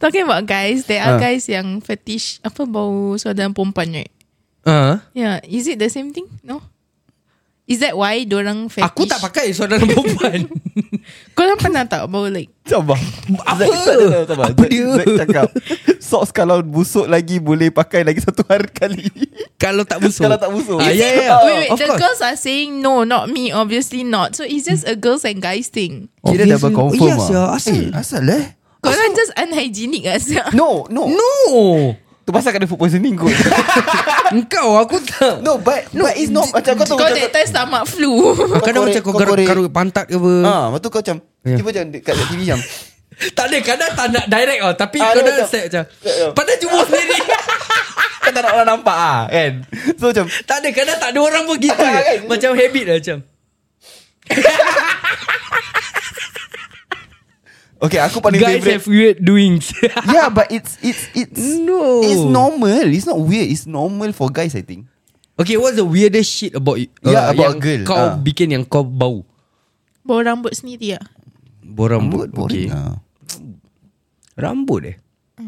S4: Talking about guys, there
S2: Ah.
S4: are guys yang fetish apa bau suara dalam perempuan right?
S3: [LAUGHS] Ah.
S4: Yeah, Ya, is it the same thing? No. Is that why dorang fetish?
S3: Aku tak pakai Suara [LAUGHS] perempuan
S4: Kau orang pernah tak bau like?
S2: Sabar
S3: Apa?
S2: Zack, tak, tak, tak, sabar.
S3: Apa
S2: Zack-
S3: dia?
S2: Zack cakap Socks kalau busuk lagi Boleh pakai lagi satu hari kali
S3: Kalau tak busuk
S2: Kalau tak busuk.
S3: ah,
S2: Is
S3: yeah,
S2: it-
S3: yeah.
S2: Oh,
S4: wait, wait,
S3: Of
S4: the
S3: course.
S4: girls are saying no, not me, obviously not. So it's just a girls and guys thing.
S2: Kira dah
S3: Obviously.
S2: berkonfirm
S3: Yes, ya. Asal?
S2: Eh, asal eh
S4: Kau orang just unhygienic lah siap.
S2: No no, no.
S3: No
S2: Tu pasal kena food poisoning kot
S3: [LAUGHS] Engkau aku tak
S2: No but no, But it's not Macam kau tu
S4: Kau
S2: macam
S4: that time stomach [LAUGHS] flu.
S3: Kadang macam kau
S2: kau
S3: garuk
S2: korek.
S3: garuk pantat ke apa
S2: Ah, lepas tu kau macam
S3: Ya.
S2: Tiba macam dekat kat TV macam
S3: Tak ada kadang tak nak direct oh, Tapi
S2: Ah,
S3: kau
S2: dia
S3: dah
S2: macam-
S3: step macam
S2: Tak, tak.
S3: Padahal jumpa
S2: [LAUGHS]
S3: sendiri
S2: Kau tak nak orang nampak ah, Kan So macam
S3: Tak ada kadang tak ada orang pun gitu
S2: Ah, kan?
S3: Macam habit lah macam
S2: Okay aku paling
S3: Guys
S2: favorite
S3: have weird
S2: [LAUGHS]
S3: doings
S2: Yeah but it's It's it's
S3: No.
S2: It's normal It's not weird It's normal for guys I think
S3: Okay what's the weirdest shit about you Uh,
S2: Yeah, about
S3: yang
S2: a girl.
S3: Kau
S2: Ah.
S3: bikin yang kau bau
S4: bau rambut sendiri lah.
S3: Borang
S2: Rambut boring
S3: okay.
S2: lah
S3: Rambut eh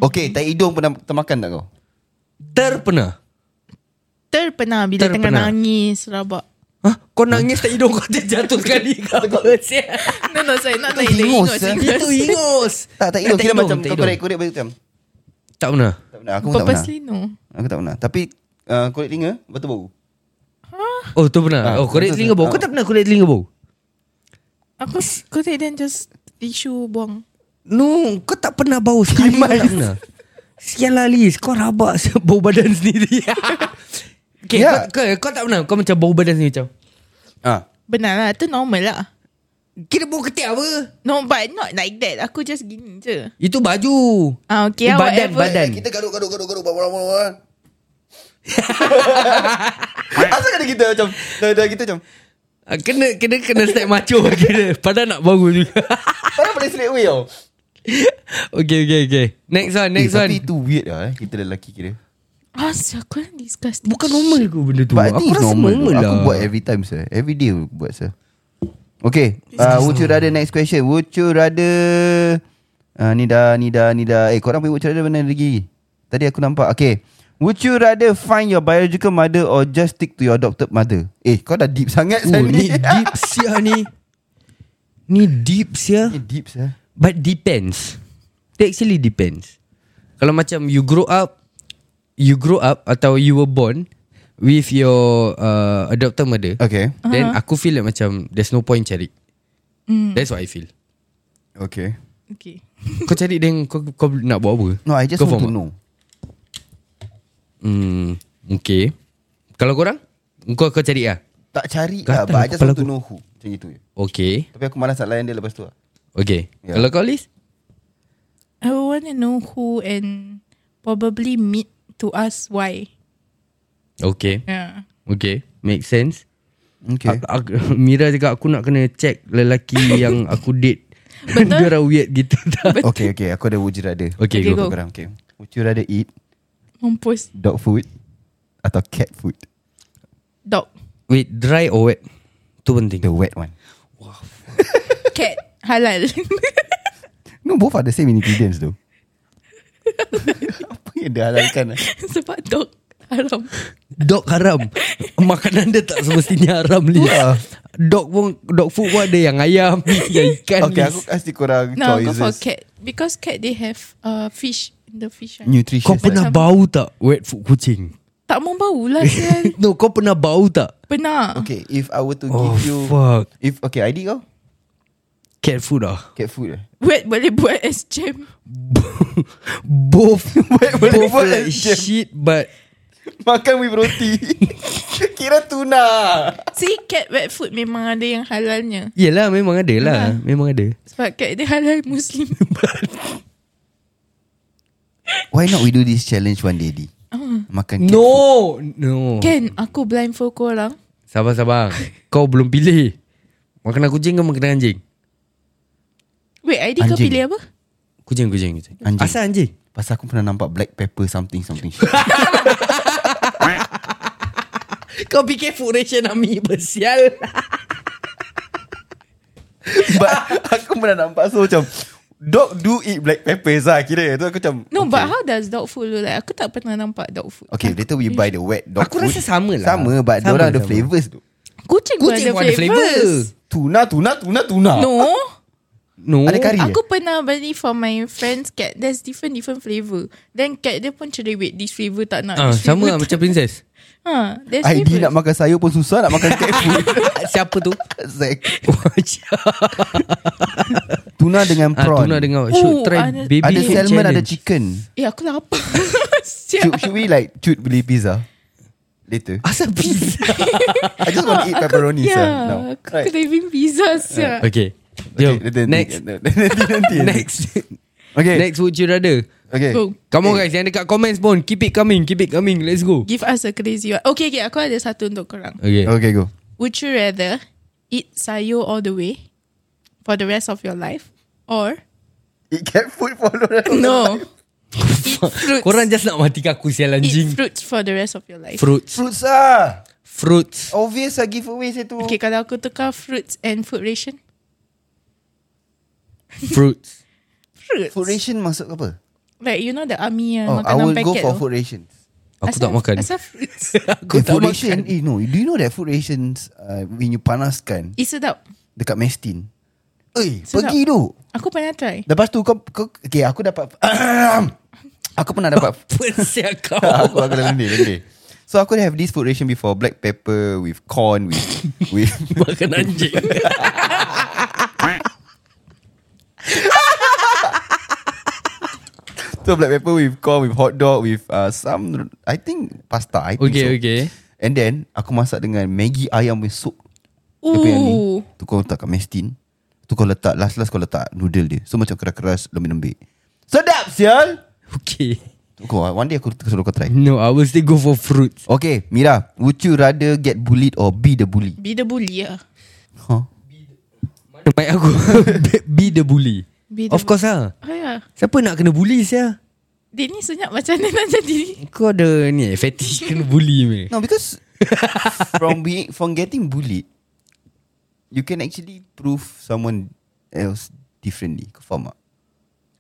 S2: Okay tak hidung pernah termakan tak kau
S3: Terpernah
S4: Terpernah bila
S3: Terpernah.
S4: tengah nangis rabak.
S3: Hah? Kau nangis tak hidung kau [LAUGHS] terjatuh sekali kau Sial.
S4: No, no, sorry. Not like the
S2: hingus, eh.
S4: ingot singers.
S3: [LAUGHS] Itu
S4: [LAUGHS]
S3: ingus
S2: Tak tak hidung Kira
S3: hidung,
S2: macam
S3: tak
S2: kau
S3: hidung.
S2: korek-korek Lepas tu macam
S3: Tak pernah
S2: Tak pernah Aku pun tak pernah
S4: Purposely no.
S2: Aku tak pernah Tapi uh, korek telinga Lepas tu bau
S3: Oh tu pernah
S2: Ah,
S3: Oh korek
S2: betul,
S3: telinga bau
S2: ah.
S3: Kau tak pernah korek telinga bau
S4: Aku korek dan just tisu buang.
S3: No Kau tak pernah bau [LAUGHS] Sekali kau tak pernah Sial lah Liz Kau rabak [LAUGHS] sial, Bau badan sendiri [LAUGHS] Okay
S2: Ya.
S3: kau, kau, kau tak pernah Kau macam bau badan sendiri macam
S2: ah.
S3: Ha.
S4: Benar lah. Itu normal lah.
S3: Kira bau ketiak apa
S4: No, but not like that. Aku just gini je.
S3: Itu baju
S4: Ah, okay lah,
S3: Badan,
S4: whatever.
S3: badan.
S2: Kita garuk-garuk-garuk-garuk Bau-bau-bau
S3: [LAUGHS]
S2: Asal kena kita macam Dah, dah kita macam
S3: Ah, Kena kena kena step macho [LAUGHS] kira. Padahal nak bau juga
S2: Padahal boleh straight away tau
S3: [LAUGHS] Okay okay okay Next one next
S2: eh,
S3: one
S2: Tapi itu weird lah eh Kita lelaki kira
S4: Ah, sial, aku kan disgusting.
S3: Bukan normal ke benda tu
S2: But I think
S3: Aku
S2: it's
S3: rasa
S2: normal,
S3: normal
S2: though.
S3: lah
S2: Aku buat every time sir Every day aku buat sir Okay uh, Would you rather Next question Would you rather uh, Ni dah Ni dah Ni dah Eh korang punya would you rather Mana lagi Tadi aku nampak Okay Would you rather Find your biological mother Or just stick to your adopted mother Eh kau dah deep sangat
S3: Oh,
S2: Sal, [LAUGHS]
S3: ni deep sia ni Ni deep sia
S2: Ni deep sir
S3: But depends It actually depends Kalau macam you grow up You grow up Atau you were born With your uh, Adopted mother
S2: Okay.
S3: Then aku feel like macam There's no point cari mm. That's what I feel
S2: Okay.
S4: Okay
S3: Kau cari then kau, kau nak buat apa
S2: No, I just
S3: kau
S2: want to
S3: faham tak?
S2: know.
S3: hmm, Okay Kalau korang Kau kau cari lah
S2: Tak cari lah,
S3: Gatal
S2: but I just
S3: kepala
S2: want to
S3: aku.
S2: know who. Macam itu je.
S3: Okay
S2: Tapi aku malas nak layan dia lepas tu lah.
S3: Okay
S2: Yeah.
S3: yeah. Kalau kau Liz
S4: I want to know who and probably meet to ask why. Ah,
S3: Okay
S4: Yeah.
S3: Okay Make sense
S2: Okay.
S3: Aku, aku, [LAUGHS] Mira cakap aku nak kena check [LAUGHS] lelaki yang aku date.
S4: Betul.
S3: [LAUGHS] Dia orang weird gitu tak?
S2: Okay, okay. Aku ada wujud ada.
S3: Okay,
S4: Okay,
S3: okay go.
S4: go.
S2: Kau korang, okay. Would you rather eat
S4: Mampus
S2: dog food atau cat food?
S4: dog,
S3: Wait, dry or wet? Tu penting.
S2: The wet one.
S4: cat, halal. [LAUGHS]
S2: No, both are the same ingredients though. [LAUGHS] Apa yang dia halalkan? eh?
S4: Sebab dog haram.
S3: Dog haram. [LAUGHS] Makanan dia tak semestinya haram ni.
S2: Ya.
S3: Dog pun dog food pun ada yang ayam, [LAUGHS] yang ikan.
S2: Okay,
S3: Liz.
S2: aku kasih korang
S4: No, I'll go
S2: choices.
S4: for cat because cat they have uh fish in the fish. Right?
S2: Nutritious.
S3: Kau pernah
S4: Sama.
S3: bau tak wet food kucing?
S4: Tak mau bau lah
S3: [LAUGHS]
S4: sial.
S3: No, kau pernah bau tak
S4: Pernah. Okay.
S2: Okay, if I were to
S3: Oh,
S2: give you...
S3: fuck.
S2: If, okay, ID kau?
S3: cat food ah?
S2: Cat food eh? [LAUGHS]
S4: Wet boleh buat as jam.
S3: Both [LAUGHS]
S2: boleh
S3: both
S2: buat
S3: like
S2: jam.
S3: shit but
S2: Makan with roti. [LAUGHS] Kira tuna.
S4: See cat wet food memang ada yang halalnya.
S3: Yelah memang ada lah Memang ada
S4: Sebab cat dia halal muslim.
S2: Why not we do this challenge one day, Di?
S4: Ah.
S2: Makan cat food.
S3: No No
S4: Can Kan, aku blindfold korang?
S3: Sabar [LAUGHS] sabar Kau belum pilih Makanan kucing ke makanan anjing?
S4: Wait, ID kau
S2: Anjing.
S4: pilih apa?
S3: Kucing kucing kucing
S2: Anjing.
S3: Asal anjing?
S2: Pasal aku pernah nampak black pepper something something.
S3: Kau fikir food ration Ami Bersial
S2: [LAUGHS] But aku pernah nampak so macam dog do eat black peppers lah kira. Tu aku macam
S4: No, okay. but how does dog food look like? Aku tak pernah nampak dog food. Kan?
S2: Okay, later we buy the wet dog
S3: Aku
S2: food.
S3: rasa sama lah.
S2: Sama, but
S3: Sama,
S2: diorang ada
S3: sama. Hmm.
S2: flavours tu.
S4: Kucing,
S3: Kucing
S4: pun ada flavours.
S2: Tuna, tuna, tuna, tuna.
S4: No.
S3: No
S2: Ada kari
S4: Aku
S2: eh?
S4: pernah beli for my friends cat. There's different different flavour. Then cat dia pun cerewet. This flavour tak nak.
S3: ah,
S4: this flavour
S3: Sama lah
S4: tak-
S3: macam princess
S4: [LAUGHS] Ha, there's
S2: ID
S4: flavours.
S2: nak makan sayur pun susah nak makan cat
S3: [LAUGHS]
S2: food.
S3: [LAUGHS] Siapa tu?
S2: Zack.
S3: Wajah
S2: Tuna dengan
S3: ah,
S2: prawn.
S3: Tuna dengar Should
S4: Oh,
S3: try
S4: ada-
S3: baby
S2: ada
S3: food
S2: salmon,
S3: challenge.
S2: ada chicken.
S4: Eh, aku lapar. Siap.
S2: Should, should we like shoot beli pizza? Later.
S3: Asal pizza
S2: I just want to eat pepperoni
S4: Ya,
S2: sir.
S4: yeah,
S2: Now.
S4: aku craving pizza siap.
S3: [LAUGHS] Okay Jom
S2: nanti, nanti,
S3: Next
S2: [LAUGHS] Nanti, nanti, nanti.
S3: Next
S2: Okay.
S3: Next would you rather
S2: Okay.
S4: Go.
S3: Come on guys Yang dekat comments pun Keep it coming Keep it coming Let's go
S4: Give us a crazy one. Okay, okay, aku ada satu untuk korang.
S3: Okay
S2: Okay, go.
S4: Would you rather eat sayur all the way for the rest of your life or
S2: Eat cat food for the rest.
S4: no eat [LAUGHS] fruits
S3: Korang just nak matikan aku Sial
S4: eat
S3: anjing
S4: fruits for the rest of your life?
S3: Fruits
S2: Fruits ah.
S3: Fruits
S2: Obvious lah giveaway saya tu.
S4: Okay, kalau aku tukar fruits and food ration,
S3: Fruits
S4: fruits.
S2: Food ration masuk ke apa?
S4: Like you know the army yang
S2: Oh, I
S4: makanan
S2: will go
S4: packet
S2: for
S4: tu.
S2: food rations.
S3: Aku tak makan
S4: Asal fruits. [LAUGHS]
S3: Aku
S2: eh,
S3: tak
S2: food
S3: makan
S2: ration, eh, no. Do you know that food rations uh, when you panaskan
S4: It's sedap.
S2: dekat Mestin? Eh,
S4: Sedap.
S2: pergi tu.
S4: Aku pernah try.
S2: Lepas tu kau, kau okay, aku dapat [COUGHS] aku pernah dapat
S3: Persia kau [LAUGHS]
S2: aku aku dah lendir, lendir. So aku have this food ration before black pepper with corn with with
S3: Makan anjing
S2: so black pepper with corn with hot dog with uh, some I think pasta I think
S3: Okay,
S2: so.
S3: okay.
S2: And then aku masak dengan Maggi ayam with soup. Dia punya ni.
S4: Ooh.
S2: Tu kau letak kat mestin. Tu kau letak last last kau letak noodle dia. So macam keras-keras lembik-lembik. Sedap sial.
S3: [LAUGHS] Okay
S2: Tu Kau ah, one day aku suruh kau try.
S3: No I will still go for fruits
S2: Okay, Mira, would you rather get bullied or be the bully?
S4: Be the bully lah.
S2: Huh?
S3: Baik aku [LAUGHS] Be the bully
S4: Be the
S3: Of course lah
S4: Oh, yeah.
S3: Siapa nak kena bully siya
S4: Dia ni senyap macam [LAUGHS] mana nak jadi.
S3: Kau ada ni eh, Fetish kena bully me.
S2: No, because [LAUGHS] from being from getting bullied, you can actually prove someone else differently. Kau faham tak?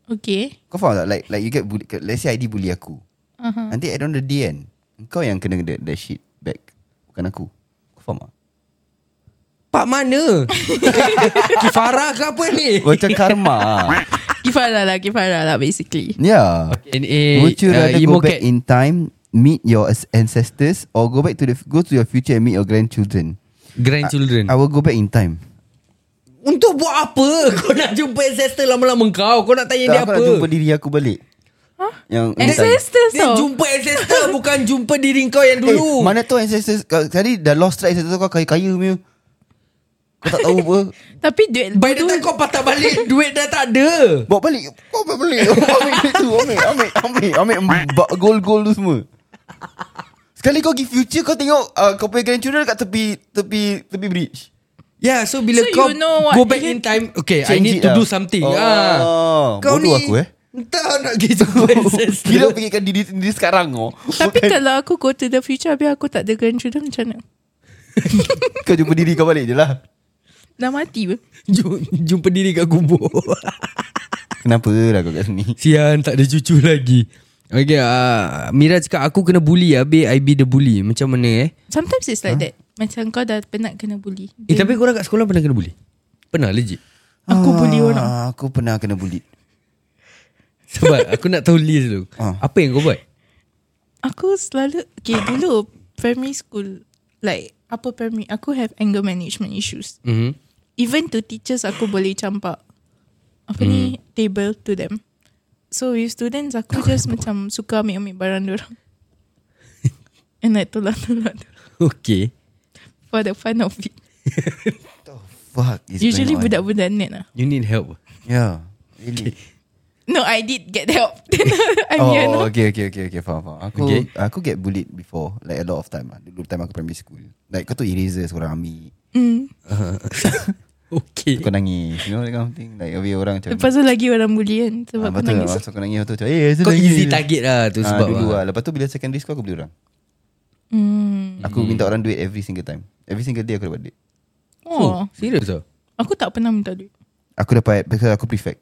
S4: Okay.
S2: Kau faham tak? Like like you get bullied. Let's say ID bully aku. Uh-huh. Nanti at the end of the day kan, kau yang kena that, that shit back. Bukan aku. Kau faham tak?
S3: [LAUGHS] Pak mana Kifarah ke apa ni
S2: Macam karma.
S4: Kifarah lah Kifarah lah basically
S2: Yeah.
S3: NA
S2: Ya. Would you rather
S3: uh,
S2: go
S3: emo
S2: back
S3: cat.
S2: in time, meet your as- ancestors, or go back to the go to your future and meet your grandchildren?
S3: Grandchildren
S2: I will go back in time.
S3: Ah, Untuk buat apa Kau nak jumpa ancestor lama-lama kau Kau nak tanya dia
S2: Tak, aku
S3: apa
S2: nak jumpa diri aku balik. Huh? Yang in time.
S4: Ancestors
S3: Dia
S4: tau
S3: jumpa ancestor Bukan jumpa diri kau yang
S2: [LAUGHS] Eh,
S3: dulu
S2: mana tu ancestors kau- Tadi dah lost track ancestors kau kaya-kaya punya Kau tak tahu apa
S4: Tapi duit
S3: By the time kau patah balik Duit dah tak ada
S2: [LAUGHS] Bawa balik Bawa balik Ambil duit tu Ambil Ambil Ambil, ambil ba- Gold-gold tu semua Sekali kau pergi future Kau tengok uh, Kau punya grandchildren Kat tepi Tepi Tepi bridge
S3: Ya yeah, so bila
S4: So
S3: kau
S4: you know what
S3: Go back
S4: you-
S3: in time Okay
S2: Change
S3: I need
S2: it
S3: to
S2: lah.
S3: do something
S2: Oh,
S3: ah. Kau
S2: bodoh
S3: ni
S2: aku, eh.
S3: Entah nak pergi
S2: [LAUGHS]
S3: jumpa ancestor
S2: Kira fikirkan diri sendiri sekarang oh.
S4: Tapi kalau aku go to the future Habis aku tak ada grandchildren macam mana
S2: Kau jumpa diri kau balik je lah
S4: Dah mati pun
S3: Ju- Jumpa diri kat kubur [LAUGHS]
S2: Kenapa lah kau kat sini
S3: Sian tak ada cucu lagi Okay uh, Mira cakap Aku kena bully Habis I be the bully Macam mana eh
S4: Sometimes it's like that Macam kau dah penat kena bully
S3: Eh tapi korang kat sekolah Pernah kena bully Pernah legit
S4: Aku bully orang
S2: ah, Aku pernah kena bully
S3: Sebab aku nak tahu list dulu
S2: Ah.
S3: Apa yang kau buat
S4: Aku selalu Okay dulu Primary school Like Apa primary Aku have anger management issues
S3: mm-hmm.
S4: Even to teachers Aku boleh campak Apa ni
S2: Hmm.
S4: Table to them So with students Aku just macam Suka ambil-ambil barang dorang [LAUGHS] And I tolak-tolak dorang
S3: Okay
S4: For the fun of it
S2: Fuck is going
S4: Usually
S2: on?
S4: budak-budak net lah
S3: You need
S2: [LAUGHS]
S3: help
S2: Yeah Really
S4: No I did get help [LAUGHS] Then I'm
S2: Oh,
S3: lah.
S4: here now
S2: oh okay, okay, okay, okay, faham, faham. Aku,
S3: Okay.
S2: okay. aku get bullied before, like a lot of time lah. Dulu time aku primary school. Like kau tu eraser seorang ambil.
S4: Mm.
S3: Okay
S2: Kau nangis, you know that kind of thing. Like habis orang macam.
S4: Lepas tu lagi orang bully kan Sebab
S2: Ah,
S4: aku
S2: betul,
S4: nangis
S2: Lepas tu aku nangis, lepas tu macam, eh,
S3: Kau easy target lah Tu sebab
S2: dulu
S3: lah.
S2: lah. Lepas tu bila secondary school aku beli orang. lah.
S4: Mm.
S2: Aku minta orang duit every single time. Every single day aku dapat duit.
S4: Oh,
S3: Serius ah? tau
S4: Aku tak pernah minta duit
S2: Aku dapat, because aku [LAUGHS] prefect.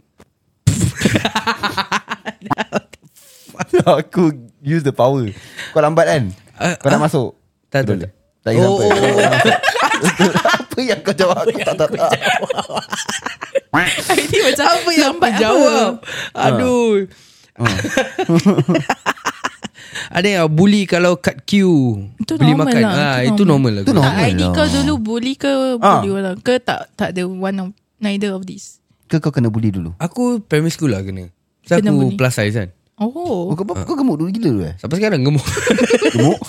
S2: aku use the power. Kau lambat kan?
S3: Ah,
S2: Kau nak masuk?
S3: Tak, tak,
S2: Betul.
S3: tak.
S2: Tak
S3: Oh,
S2: ingat sampai.
S3: oh, oh.
S2: [LAUGHS] Apa yang kau jawab Aku tak tak tak
S4: Ini macam apa
S3: Apa yang aku jawab Aduh
S2: Ah.
S3: [LAUGHS] Ada yang bully kalau cut queue
S4: Itu
S3: Beli
S4: normal
S3: makan
S4: lah,
S3: ah,
S4: itu
S3: Itu normal lah
S2: Itu
S4: Tak
S2: normal
S4: ID
S2: lah.
S4: kau dulu bully ke
S3: Ah.
S4: Bully orang Ke tak tak ada one of Neither of these
S2: Ke kau kena bully dulu
S3: Aku primary school lah kena Sebab
S4: Kena
S3: aku
S4: bully.
S3: plus size kan
S2: Oh,
S4: Oh
S2: kau,
S3: Ah.
S2: kau gemuk dulu gila dulu eh
S3: Sampai sekarang gemuk
S2: [LAUGHS] Gemuk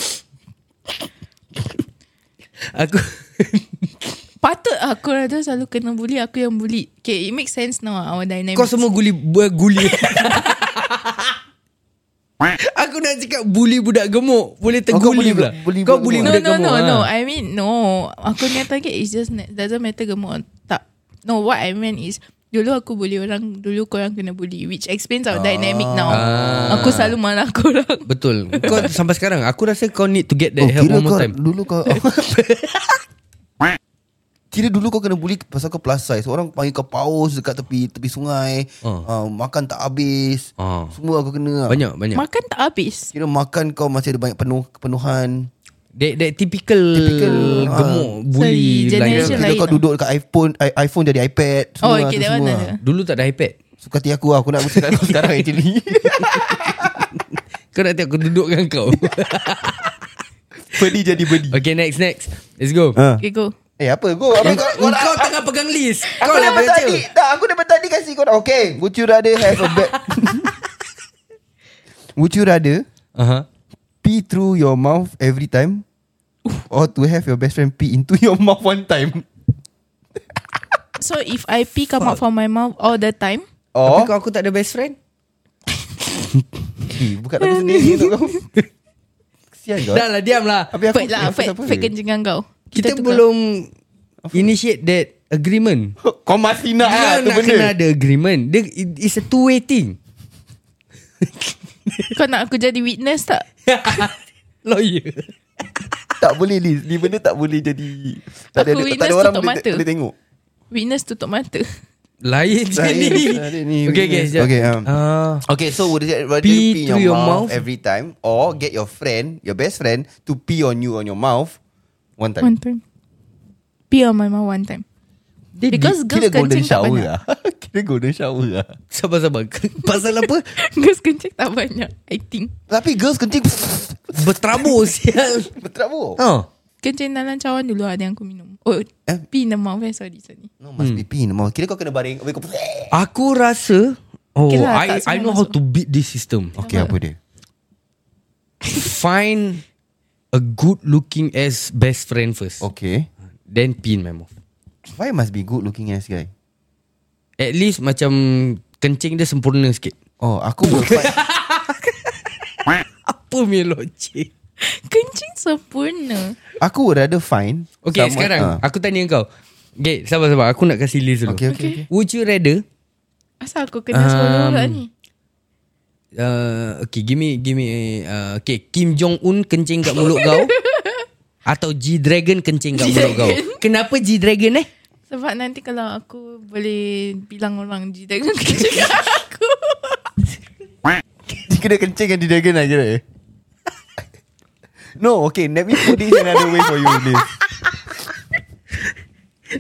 S3: Aku
S4: Patut lah, aku rasa selalu kena bully Aku yang bully Okay it makes sense now ah, Our dynamics
S3: Kau semua guli bu- Guli [LAUGHS] Aku nak cakap Bully budak gemuk Boleh
S2: Oh, kau
S3: terguli
S2: bully
S3: pula
S2: bu- bully
S3: Kau
S2: budak
S3: bully
S2: gemuk.
S4: No
S3: budak
S4: no
S3: gemuk
S4: no
S3: ah.
S4: no I mean no Aku punya target is just ne- Doesn't matter gemuk or tak No what I meant is Dulu aku bully orang Dulu korang kena bully Which explains our dynamic now
S3: Ah.
S4: Aku selalu marah korang
S3: Betul [LAUGHS] Kau sampai sekarang Aku rasa kau need to get that
S2: Oh
S3: help
S2: kira
S3: one
S2: kau
S3: more time
S2: Dulu
S3: [LAUGHS]
S2: kau [LAUGHS] Kira dulu kau kena bully Pasal kau plus size Orang panggil kau paus Dekat tepi tepi sungai uh,
S3: Ah.
S2: Makan tak habis
S3: Ah.
S2: Semua kau kena
S3: Banyak banyak
S4: Makan tak habis
S2: Kira makan kau masih ada banyak penuh kepenuhan
S3: That, that typical,
S2: Typical,
S3: Gemuk
S2: ah.
S3: Bully lain.
S4: Sorry, Macam generation
S2: Kira
S4: lain
S2: kau
S4: lah.
S2: duduk dekat iPhone i- iPhone jadi iPad semua
S4: Oh okay
S2: tu
S4: that one
S2: semua.
S4: ada
S3: Dulu tak ada iPad
S2: Suka hati aku lah Aku nak [LAUGHS] bercakap kau sekarang actually
S3: [LAUGHS] Kau nak tengok aku duduk dengan [LAUGHS] kau
S2: Beli jadi beli
S3: Okay next next Let's go
S2: Ah.
S4: Okay go
S2: Eh apa kau Apa kau
S3: Kau, kau tengah pegang list Kau
S2: Aku
S3: lah
S2: dah
S3: baca
S2: tadi Tak aku dah tadi Kasih kau Okay Would you rather have a bad [LAUGHS] Would you rather
S3: Aha.
S2: Pee through your mouth Every time Or to have your best friend Pee into [LAUGHS] your mouth one time
S4: So if I pee come out from my mouth all the time
S3: Tapi
S2: Or
S3: kau aku tak ada best friend
S2: Pee Bukan aku sendiri untuk kau Kesian kau
S3: Dah lah diam lah
S2: Habis
S4: Fake lah Fake, fake kencengan kau
S3: Kita,
S4: tukar.
S3: belum Initiate that agreement
S2: Kau masih nak lah
S3: Dia
S2: tu
S3: nak kena
S2: benda
S3: ada agreement Dia it- It's a two way thing
S4: Kau nak aku jadi witness tak
S3: [LAUGHS] Lawyer
S2: Tak boleh Liz Ni benda tak boleh jadi Tak ada, tak
S4: Aku
S2: ada
S4: witness
S2: orang
S4: tutup
S2: boleh,
S4: mata.
S2: boleh tengok
S4: Witness tutup mata
S3: Lain je
S2: Lain,
S3: ni
S2: lain ni.
S3: Okay okay sekejap.
S2: Okay, um.
S3: Ah.
S2: Okay, so would you rather
S3: Pee
S2: pee,
S3: through
S2: in your,
S3: your
S2: mouth,
S3: mouth?
S2: every time, or get your friend, your best friend, to pee on you on your mouth one time?
S4: One time Pee on my mouth one time
S3: Dia
S4: Because
S2: Kira
S4: girls
S2: golden
S4: kencing tak
S2: shower
S4: banyak
S2: lah [LAUGHS] Kira golden shower lah
S3: Sabar-sabar [LAUGHS] Pasal apa
S4: [LAUGHS] Girls kencing tak banyak I think
S2: Tapi girls kencing [LAUGHS]
S3: Berterabur sial
S2: Berterabur
S3: oh.
S4: Kencing dalam cawan dulu Ada yang aku minum Oh
S2: Eh?
S4: Pee in the mouth eh Sorry sorry [LAUGHS]
S2: No must be pee in the mouth Kira kau kena baring Habis kau
S3: Aku rasa Oh
S4: Okay lah,
S3: I
S4: tak
S3: I
S4: semua
S3: know how
S4: masuk.
S3: to beat this
S4: [LAUGHS]
S3: system
S2: Okay apa dia
S3: Find A good looking ass best friend first
S2: Okay
S3: Then pin my mouth
S2: Why must be good looking ass guy
S3: At least macam Kencing dia sempurna
S4: [LAUGHS]
S3: sikit
S2: Oh aku will find
S3: Apa punya logik
S4: Kencing sempurna
S2: Aku would rather find
S3: Okay
S2: someone-
S3: sekarang
S2: Ah.
S3: Aku tanya kau Okay sabar-sabar Aku nak kasih list dulu
S2: Okay okay okay [LAUGHS]
S3: Would you rather
S4: Asal
S2: Ah.
S4: aku kena solo
S3: Um,
S4: lah ni
S3: uh, Okay give me give me uh, Okay Kim Jong Un kencing kat mulut [LAUGHS] kau Atau G-Dragon kencing kat mulut kau Kenapa G-Dragon eh
S4: Sebab nanti kalau aku boleh bilang orang dia [LAUGHS] tak kencing kat aku. [LAUGHS]
S2: Dia kena kencing kan di dragon lah kira [LAUGHS] No okay Let me put this another way for you Liz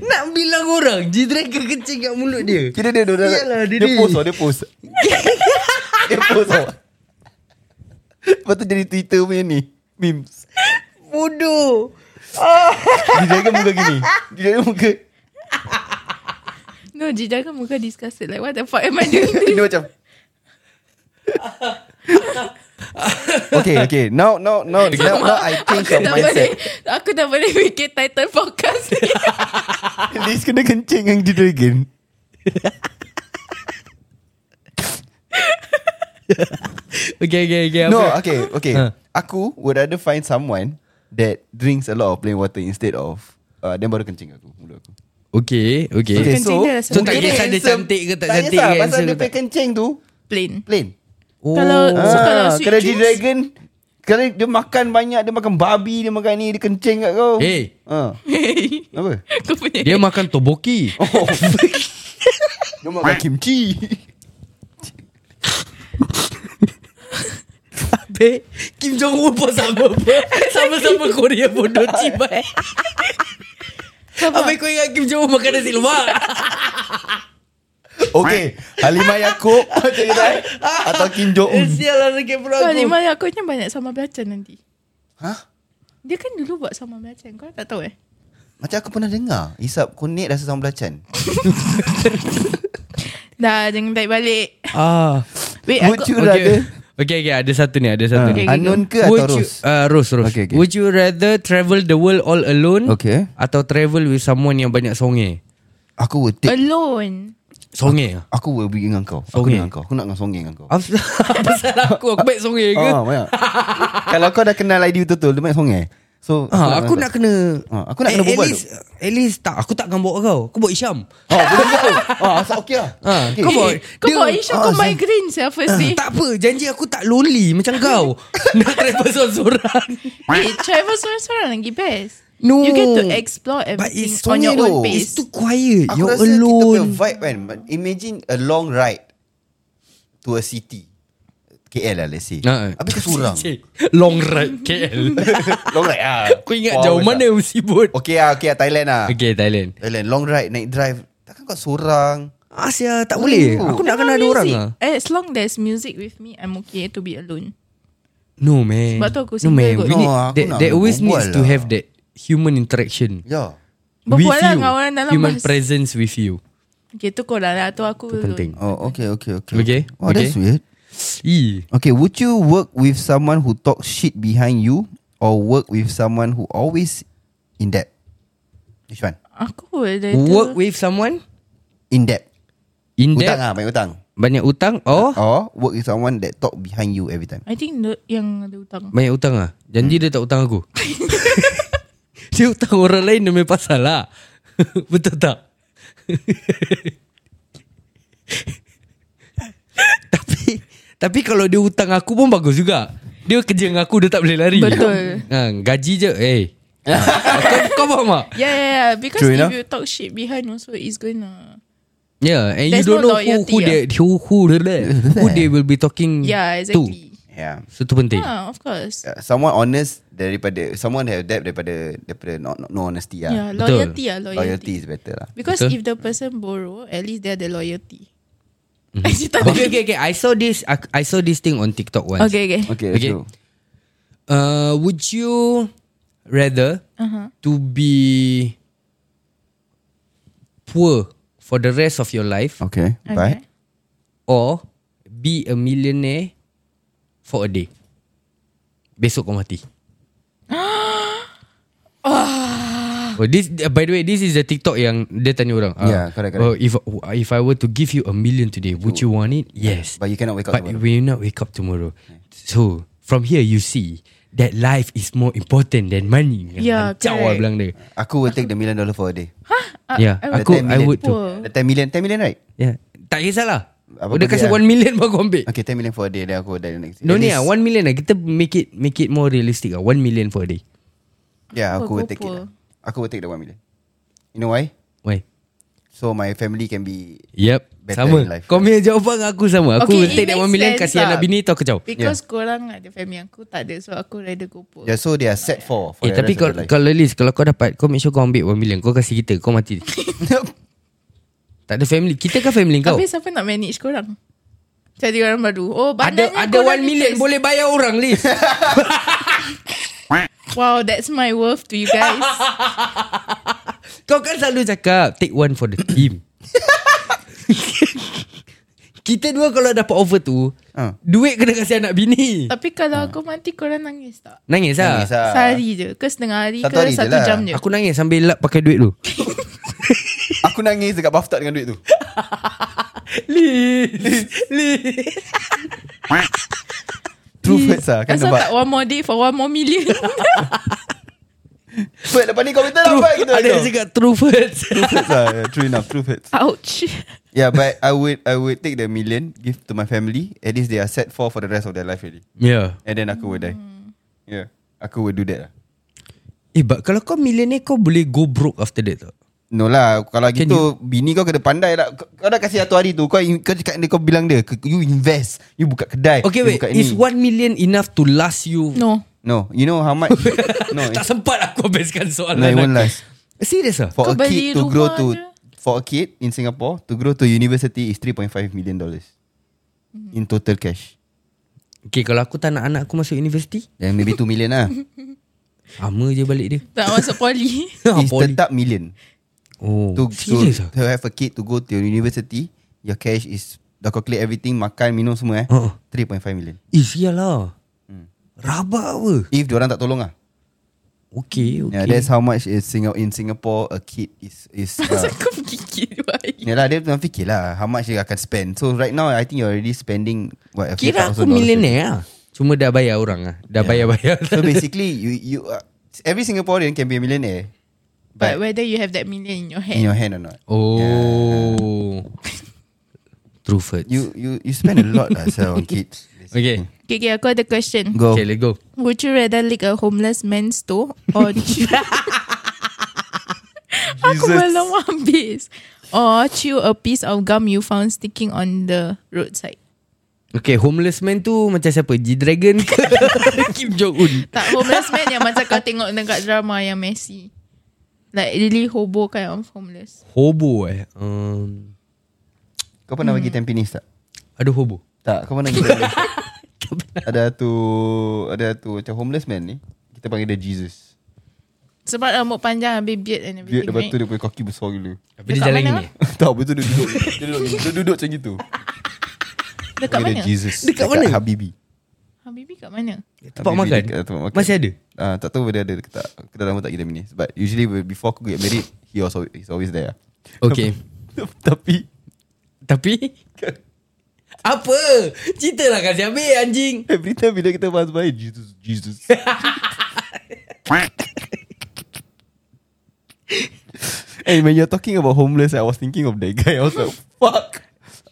S3: Nak bilang orang G-Dragon kencing kat mulut dia
S2: Kira dia Dia, dia,
S3: Yalah,
S2: dia,
S3: dia
S2: dia
S3: ni.
S2: post oh, Dia post Dia post oh. Lepas tu jadi Twitter punya ni Memes
S3: Bodoh
S2: Dia jaga muka gini Dia jaga muka
S4: No, Jidah kan muka disgusted. Like, what the fuck am I doing
S2: Dia
S4: this?
S2: macam Okay okay Now now now Now, now I change
S4: aku
S2: your
S4: [LAUGHS] tak
S2: mindset
S4: boleh Aku tak boleh fikir title podcast ni
S2: Liz kena kencing yang dia dragon
S3: Okay okay
S4: Ya,
S3: okay
S2: No,
S3: apa?
S2: okay, okay.
S4: Ha.
S3: Huh.
S2: Aku would rather find someone that drinks a lot of plain water instead of uh, then baru kencing aku mulut aku.
S3: Okay Okay,
S2: Eh,
S4: Okay. Kencing dia rasa- So, tak
S2: mungkin
S3: kisah dia
S2: handsome.
S3: cantik ke tak cantik
S2: kisah,
S3: ke,
S2: Pasal
S3: handsome
S2: dia
S3: ke
S2: punya
S3: tak.
S2: kencing tu
S4: Plain [LAUGHS]
S2: plain.
S3: oh.
S4: Kalau- So, kalau
S2: Ah,
S4: sweet
S2: kalau dia
S4: drinks?
S2: dragon kalau dia makan banyak Dia makan babi Dia makan ni Dia kencing kat kau
S3: Eh.
S2: Ah. Apa?
S4: Kau punya
S3: Dia makan toboki
S2: [LAUGHS] Oh. dia makan kimchi
S3: Abik Kim Jong Un pun sama pun. Sama-sama Korea bodoh cibai Abik kau ingat Kim Jong Un makan nasi [LAUGHS] lemak
S2: Okay Halimah Yaakob [LAUGHS] Macam kedai Atau Kim Jong Un
S3: Sial lah sakit perut
S4: Kau
S3: aku
S4: lima aku ni banyak sama belacan nanti
S2: Hah?
S4: Dia kan dulu buat sama belacan Kau tak tahu eh
S2: Macam aku pernah dengar Isap kunyit rasa sama belacan
S4: Dah jangan baik balik
S3: ah,
S4: Wait
S2: Would
S4: Eh, aku
S2: you rather
S3: okay. okay okay ada satu ni Ada
S2: Ah,
S3: satu ni
S4: Okay,
S2: Anon ke
S3: Would
S2: atau
S3: you,
S2: Rose?
S3: uh, Rose, Rose.
S2: Okay, okay.
S3: Would you rather travel the world all alone
S2: Okay.
S3: Atau travel with someone yang banyak songe
S2: Aku will take
S4: Alone
S3: Songe ah?
S2: Aku will be dengan kau Aku
S3: Songeng.
S2: dengan kau Aku nak dengan songeng dengan kau
S3: Apa apa [LAUGHS] salah aku Aku baik songe Eh, ke
S2: Ah,
S3: [LAUGHS]
S2: banyak. Kalau kau dah kenal ID betul-betul Dia banyak songeng So
S3: Ah, aku nak kena
S2: Ah, aku nak
S3: Eh,
S2: kena berbual
S3: At least At least tak Aku takkan bawa kau Aku bawa Isyam
S2: Oh boleh kau Oh asal okey lah
S3: Ah,
S2: Okey.
S3: kau
S4: Kau
S3: buat-
S4: eh, Kau
S3: dia-
S4: buat Isha
S2: Ah,
S4: Kau
S2: Zan-
S4: migraine saya first
S2: Eh?
S4: day
S3: Ah. Tak apa Janji aku tak lonely Macam
S2: [LAUGHS]
S3: kau Nak travel seorang-seorang
S4: Eh travel seorang-seorang lagi best
S3: No.
S4: You get to explore
S3: But
S4: everything
S3: it's
S4: On your
S2: only
S4: own
S2: though.
S4: pace
S3: It's too quiet
S2: Aku
S3: You're
S2: rasa kita punya
S3: alone
S2: vibe kan but Imagine a long ride To a city KL lah let's say
S3: Ah, ah.
S2: Habis kau seorang
S3: Cik, [LAUGHS] Long ride
S2: [LAUGHS]
S3: KL
S2: Long ride lah
S3: [LAUGHS] Kau ingat
S2: Four
S3: jauh
S2: hours
S3: mana
S2: lah.
S3: Sibut
S2: Okay lah okay lah Thailand lah
S3: Okay Thailand
S2: Thailand long ride Night drive Takkan kau seorang
S3: Asia tak boleh
S2: Oh.
S3: Aku nak
S4: Memang
S3: kena ada orang
S4: music.
S3: lah
S4: Eh, As long there's music with me I'm okay to be alone
S3: No man
S4: Sebab tu aku
S3: No
S4: single
S3: man
S4: kot.
S3: We
S2: No,
S3: need,
S2: aku
S3: There
S2: nak
S3: there always
S2: berbual
S3: needs to
S2: lah.
S3: have that Human interaction
S2: Ya
S3: With
S4: Berbual lah
S3: you
S4: dengan orang dalam
S3: Human
S4: bas.
S3: presence with you
S4: Okay tu korang lah Tu aku
S3: Itu penting
S2: Oh okay okay okay
S3: Okay,
S2: Oh that's weird
S3: okay. Ih,
S2: Okay, would you work with someone who talks shit behind you or work with someone who always in debt? Which one?
S4: Aku boleh
S3: Work with someone
S2: In debt.
S3: In
S2: Utang
S3: debt
S2: ah, banyak utang.
S3: Banyak utang Oh
S2: Or work with someone that talk behind you every time.
S4: I think the, yang ada hutang
S3: Banyak utang ah. Janji dia tak utang aku. [LAUGHS] dia utang orang lain demi pasal lah. [LAUGHS] Betul tak? [LAUGHS] tapi tapi kalau dia utang aku pun bagus juga. Dia kerja dengan aku dia tak boleh lari. [LAUGHS]
S4: Betul.
S3: Ha, gaji je. Eh. Ha, kau, kau faham tak?
S4: Yeah yeah yeah Because
S2: True
S4: if
S2: enough.
S4: you talk shit behind also It's gonna
S3: Yeah, Ya, and
S4: There's
S3: you don't
S4: no
S3: know who
S4: loyalty,
S3: who they who who, who they will be talking
S4: Yeah
S3: to.
S4: exactly
S2: Yeah.
S3: So tu penting
S4: Ah, of course.
S2: Uh, Someone honest daripada someone have that daripada daripada no, no, no honesty
S4: Yeah,
S2: lah.
S4: loyalty lah, loyalty.
S2: Loyalty is better lah.
S4: Because
S3: Betul.
S4: if the person borrow, at least they ada loyalty. [LAUGHS] Actually, tak
S3: Mm-hmm. Okay okay okay I saw this I, I saw this thing on TikTok once
S4: Okay, okay.
S2: Okay,
S3: Okay.
S2: okay. so
S3: uh, Would you Rather uh-huh. To be Poor For the rest of your life
S2: okay, okay. bye.
S3: Or Be a millionaire For a day Besok kau mati Oh, this uh, by the way, this is the TikTok yang dia tanya orang. ah,
S2: Yeah, correct, correct.
S3: Oh, if if I were to give you a million today, would you want it? Yes.
S2: But you cannot wake up
S3: But
S2: tomorrow.
S3: we will not wake up tomorrow. So from here you see that life is more important than money.
S4: Yeah,
S3: Kacau lah
S4: correct.
S3: bilang dia.
S2: Aku will take the million dollar for a day.
S3: yeah,
S4: I
S3: aku
S2: would-
S3: I would too.
S4: Uh, Poor.
S2: The 10 million, 10 million right?
S3: Yeah. Ya. Tak kisahlah.
S2: Apa
S3: Udah
S2: benda
S3: kasih
S2: lah.
S3: 1 million baru aku ambil.
S2: Okay, 10 million for a day. Then aku will die the next day. At
S3: No ni
S2: least-
S3: ah 1 million lah Kita make it Make it more realistic ah 1 million for a day
S2: Yeah,
S4: Poor,
S2: aku will
S4: poor,
S2: take it. lah.
S4: poor.
S2: Aku will take the 1 million. You know why?
S3: Why?
S2: So my family can be
S3: Yep
S2: Better
S3: Sama
S2: in life.
S3: Kau punya jawapan aku sama Aku
S4: Okay,
S3: will
S4: it
S3: take that 1
S4: makes
S3: million
S4: sense
S3: Kasih
S4: lah.
S3: anak bini tau kejauh
S4: Because yeah. korang ada family aku tak ada so aku rather go poor.
S2: Yeah, so they are set for for
S3: Eh
S2: the
S3: tapi
S2: rest of
S3: kalau,
S2: their life.
S3: kalau list Kalau kau dapat Kau make sure kau ambil 1 million Kau kasih kita Kau [LAUGHS] mati Tak ada family Kita kan family kau
S4: Tapi siapa nak manage korang? Cari orang baru. Oh,
S3: Ada
S4: bandanya
S3: ada 1
S4: korang
S3: million
S4: replace.
S3: Boleh bayar orang list
S4: Wow, that's my worth to you guys.
S3: [LAUGHS] Kau kan selalu cakap Take one for the team Kita dua kalau dapat offer tu
S2: Ah.
S3: Duit kena kasih anak bini
S4: Tapi
S3: Ah.
S4: kalau aku mati korang nangis tak?
S3: Nangis lah
S2: Nangis lah.
S4: Sehari je ke setengah hari
S2: Satu
S4: ke
S2: hari je
S4: satu
S2: lah.
S4: jam je.
S3: Aku nangis sambil lap pakai
S2: [LAUGHS]
S3: duit tu
S2: Aku nangis dekat bathtub dengan
S4: [LAUGHS]
S2: duit tu.
S3: Liz Liz
S2: True facts lah kan
S4: Asal
S2: nampak.
S4: tak one more day for one more million.
S2: Fat lepas ni kau minta lah
S3: True.
S2: dapat kita.
S3: Ada yang cakap true first
S2: True facts lah. Yeah, true enough, true facts.
S4: [LAUGHS] Ouch.
S2: Yeah, but I would I would take the million give to my family. At least they are set for for the rest of their life already.
S3: Yeah
S2: And then aku will die.
S4: Hmm.
S2: Yeah, aku will do that. Lah.
S3: Eh but kalau kau millionaire Kau boleh go broke after that tak
S2: No lah Kalau
S3: Can
S2: gitu Bini kau kena pandai lah Kau, kau dah kasih satu hari tu Kau in- kau cakap dia Kau bilang dia "Ke- You invest You buka kedai
S3: Okay
S2: you
S3: wait
S2: buka
S3: Is
S2: ini."
S3: 1 million enough to last you
S4: No.
S2: No You know
S3: [LAUGHS]
S2: how much No
S3: Tak sempat aku habiskan soalan
S2: No it won't
S3: aku.
S2: last
S3: Serious lah
S2: For a
S4: Kau
S2: kid
S4: beli
S2: to grow
S4: rumah
S2: to
S4: je.
S2: For a kid in Singapore To grow to university Is 3.5 million dollars
S4: Mm-hmm.
S2: In total cash
S3: Okay kalau aku tak nak anak aku masuk universiti
S2: Then maybe 2 million
S3: [LAUGHS]
S2: lah
S3: Sama je balik dia
S4: Tak masuk
S2: [LAUGHS]
S4: poli.
S3: [LAUGHS]
S2: It's
S3: Poly.
S2: tetap million
S3: Ya, Oh,
S2: to, to,
S3: serious ah?
S2: to have a kid To go to university Your cash is Dah calculate everything Makan minum semua eh
S3: Uh-uh.
S2: 3.5 million
S3: Eh, sial lah.
S2: Hmm.
S3: Rabak apa?
S2: If diorang tak tolong lah
S3: Okay, okay.
S2: Yeah, that's how much is Singa- in Singapore a kid is is.
S3: [LAUGHS]
S2: Uh,
S4: Kau gigit dua hari.
S2: Yalah dia tengah fikir lah How much dia akan spend So right now I think you're already spending what, a few
S3: Kira aku
S2: thousand dollars
S3: millionaire lah. Cuma dah bayar orang lah. Dah bayar-bayar. [LAUGHS]
S2: already. Ya. So basically you you uh, Every Singaporean can be a millionaire
S4: But
S2: But,
S4: whether you have that million in your
S2: in
S4: hand.
S2: your hand or not
S3: oh. [LAUGHS] True facts.
S2: You you you spend a lot lah
S3: [LAUGHS]
S2: so on kids
S3: okay.
S4: Okay, okay, aku ada question.
S2: Go
S3: Okay, let's go.
S4: Would you rather lick a homeless man's toe
S2: [LAUGHS]
S4: or chew... Aku belum habis. Or chew a piece of gum you found sticking on the roadside.
S3: Okay, homeless man tu macam siapa? G-Dragon
S2: [LAUGHS]
S3: ke? Kim Jong-un?
S4: Tak, homeless man yang macam kau tengok dekat drama yang messy. Like really hobo kind of homeless.
S3: Hobo eh. Um,
S2: Kau pernah pergi
S3: Hmm.
S2: Tampines tak?
S3: ada hobo?
S2: Tak Kau pernah pergi
S3: [LAUGHS]
S2: Tampines tak? Ada tu Ada tu Macam homeless man ni Kita panggil dia Jesus
S4: Sebab rambut panjang habis beard
S2: Dia
S4: and everything.
S2: lepas tu
S4: right?
S2: dia punya kaki besar gila [LAUGHS]
S3: Tapi
S4: Dekat
S3: dia jalan
S4: mana?
S3: gini. eh?
S2: Tak betul dia duduk Dia duduk, dia duduk macam gitu
S4: Dekat
S2: Panggil
S4: mana?
S2: dia Jesus
S3: Dekat mana?
S2: Habibi
S4: Habibi kat mana?
S3: Tempat
S2: Habibi
S3: makan?
S2: dekat tempat makan.
S3: Masih
S2: [LAUGHS]
S3: ada?
S2: Ah, tak tahu dia ada ke tak Aku dah lama tak pergi Tampines But usually we- Before aku get married He also he's always there
S3: Okay.
S2: [LAUGHS] Tapi
S3: Tapi... [LAUGHS] Apa? Cerita lah kasih ambil anjing.
S2: Every time bila kita pass by Jesus [LAUGHS] Jesus Hey when you're talking about homeless I was thinking of that guy I was like Fuck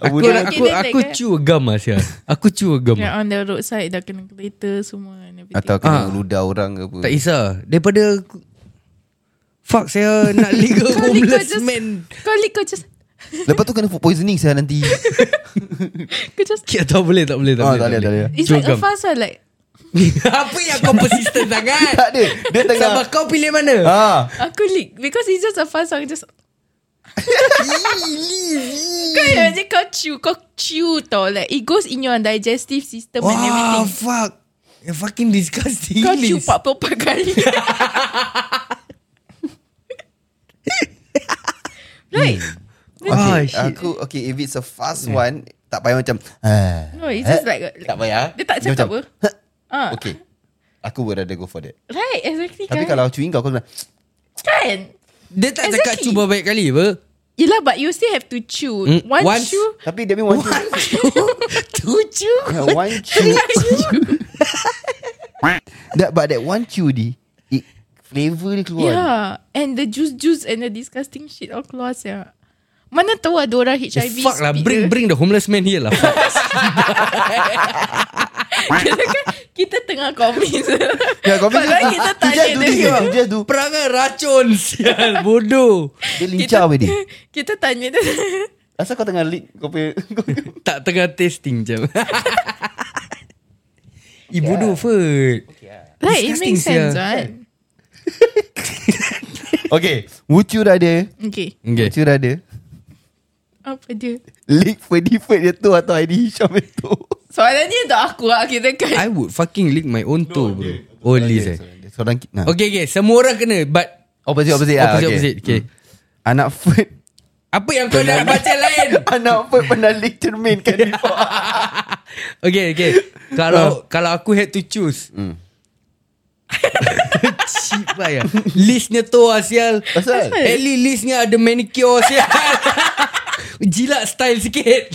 S2: I
S3: Aku
S2: wouldn't-
S3: nak, aku aku
S4: Okay, then that guy-
S3: chew a gum lah Syah. Aku chew a gum.
S4: Yeah, on the roadside dah kena kereta semua and everything.
S2: Atau kena
S3: Ah.
S2: ludah orang ke apa
S3: Tak kisah. Daripada Fuck saya nak legal
S4: [LAUGHS] Kau lick kau
S3: homeless
S4: just
S3: man.
S4: Kau lick kau just
S2: Lepas tu kena food poisoning saya
S3: [LAUGHS]
S2: nanti
S4: Kau just
S3: Okay, tak boleh, tak boleh, tak
S2: Ah,
S3: boleh.
S2: tak boleh, tak boleh.
S4: It's
S3: Jom,
S4: like a
S3: come.
S4: fast lah Like
S3: [LAUGHS] Apa yang kau
S2: [LAUGHS]
S3: persistent sangat?
S2: Tak ada Dia tengah
S3: Sabar, kau pilih mana?
S2: Ah,
S4: Aku leak Because it's just a fast song Just Kau imagine kau chew Kau chew tau Like it goes in your digestive system And
S3: Wah,
S4: everything
S3: fuck. You're fucking disgusting.
S4: Kau chew
S3: Liz.
S2: [LAUGHS]
S4: 44 kali [LAUGHS] Like
S2: okay,
S3: Ah, shit.
S2: aku okay if it's a fast one tak payah macam ah.
S4: No it's just like,
S2: tak payah.
S4: Dia tak cakap apa Ah,
S2: "Ha." Okay. Aku would rather go for that.
S4: Right exactly
S2: Tapi
S4: kan
S2: kalau chewing kau kau kena
S4: Kan
S3: Dia tak cakap
S4: Exactly.
S3: cuba baik kali apa?
S4: Yelah but you still have to chew
S2: Hmm,
S3: Mm,
S4: One
S3: once-
S4: [LAUGHS] chew
S2: tapi dia memang one
S3: Tujuh.
S2: Yeah, one chew. that, but that one chew di, it flavor dia keluar.
S4: Yeah Ya, And the juice-juice And the disgusting shit All keluar sia Mana tahu ada orang
S3: Eh,
S4: HIV
S3: fuck lah,
S4: speak
S3: bring
S4: dia.
S3: bring the homeless man here lah. Fuck.
S4: Kita [LAUGHS] kan Kita tengah
S3: [LAUGHS]
S4: komis
S2: Yeah, kau
S4: Padahal
S2: fikir-
S4: kita
S2: he
S4: tak
S2: just
S4: ada
S2: do
S4: dia.
S2: this, he just do.
S3: Perangai racun sial bodoh.
S2: Dia lincah apa dia?
S4: Kita tanya dia
S2: Asal kau tengah lick kau punya
S3: Tak tengah tasting [LAUGHS] je.
S4: Ya.
S3: Ibu bodoh Ferd.
S4: Like it
S3: Disgusting
S4: makes sense
S3: sia.
S4: right
S2: [LAUGHS] Okay Would you rather
S4: Okay
S2: Would
S3: Okay.
S2: you rather
S4: Apa dia
S2: Lick Ferdy Ferd dia tu Atau ID Hisham dia tu
S4: Soalannya untuk aku lah Kita kan
S3: I would fucking lick my own toe bro. Oh Liz eh.
S2: Seorang ki- nah.
S3: Okay okay, semua orang kena but
S2: Opposite opposite lah,
S3: opposite opposite. Okay. Hmm.
S2: Anak Ferd [LAUGHS]
S3: Apa yang kau nak [LAUGHS] baca lain?
S2: Anak Ferd pernah lick cermin kan before
S3: Okay okay. Kalau kalau aku had to choose.
S2: Hmm.
S3: Cheap lah ya. Listnya tu asial.
S2: Asal
S3: Ellie listnya ada manicure [LAUGHS] sial. Jilat style sikit.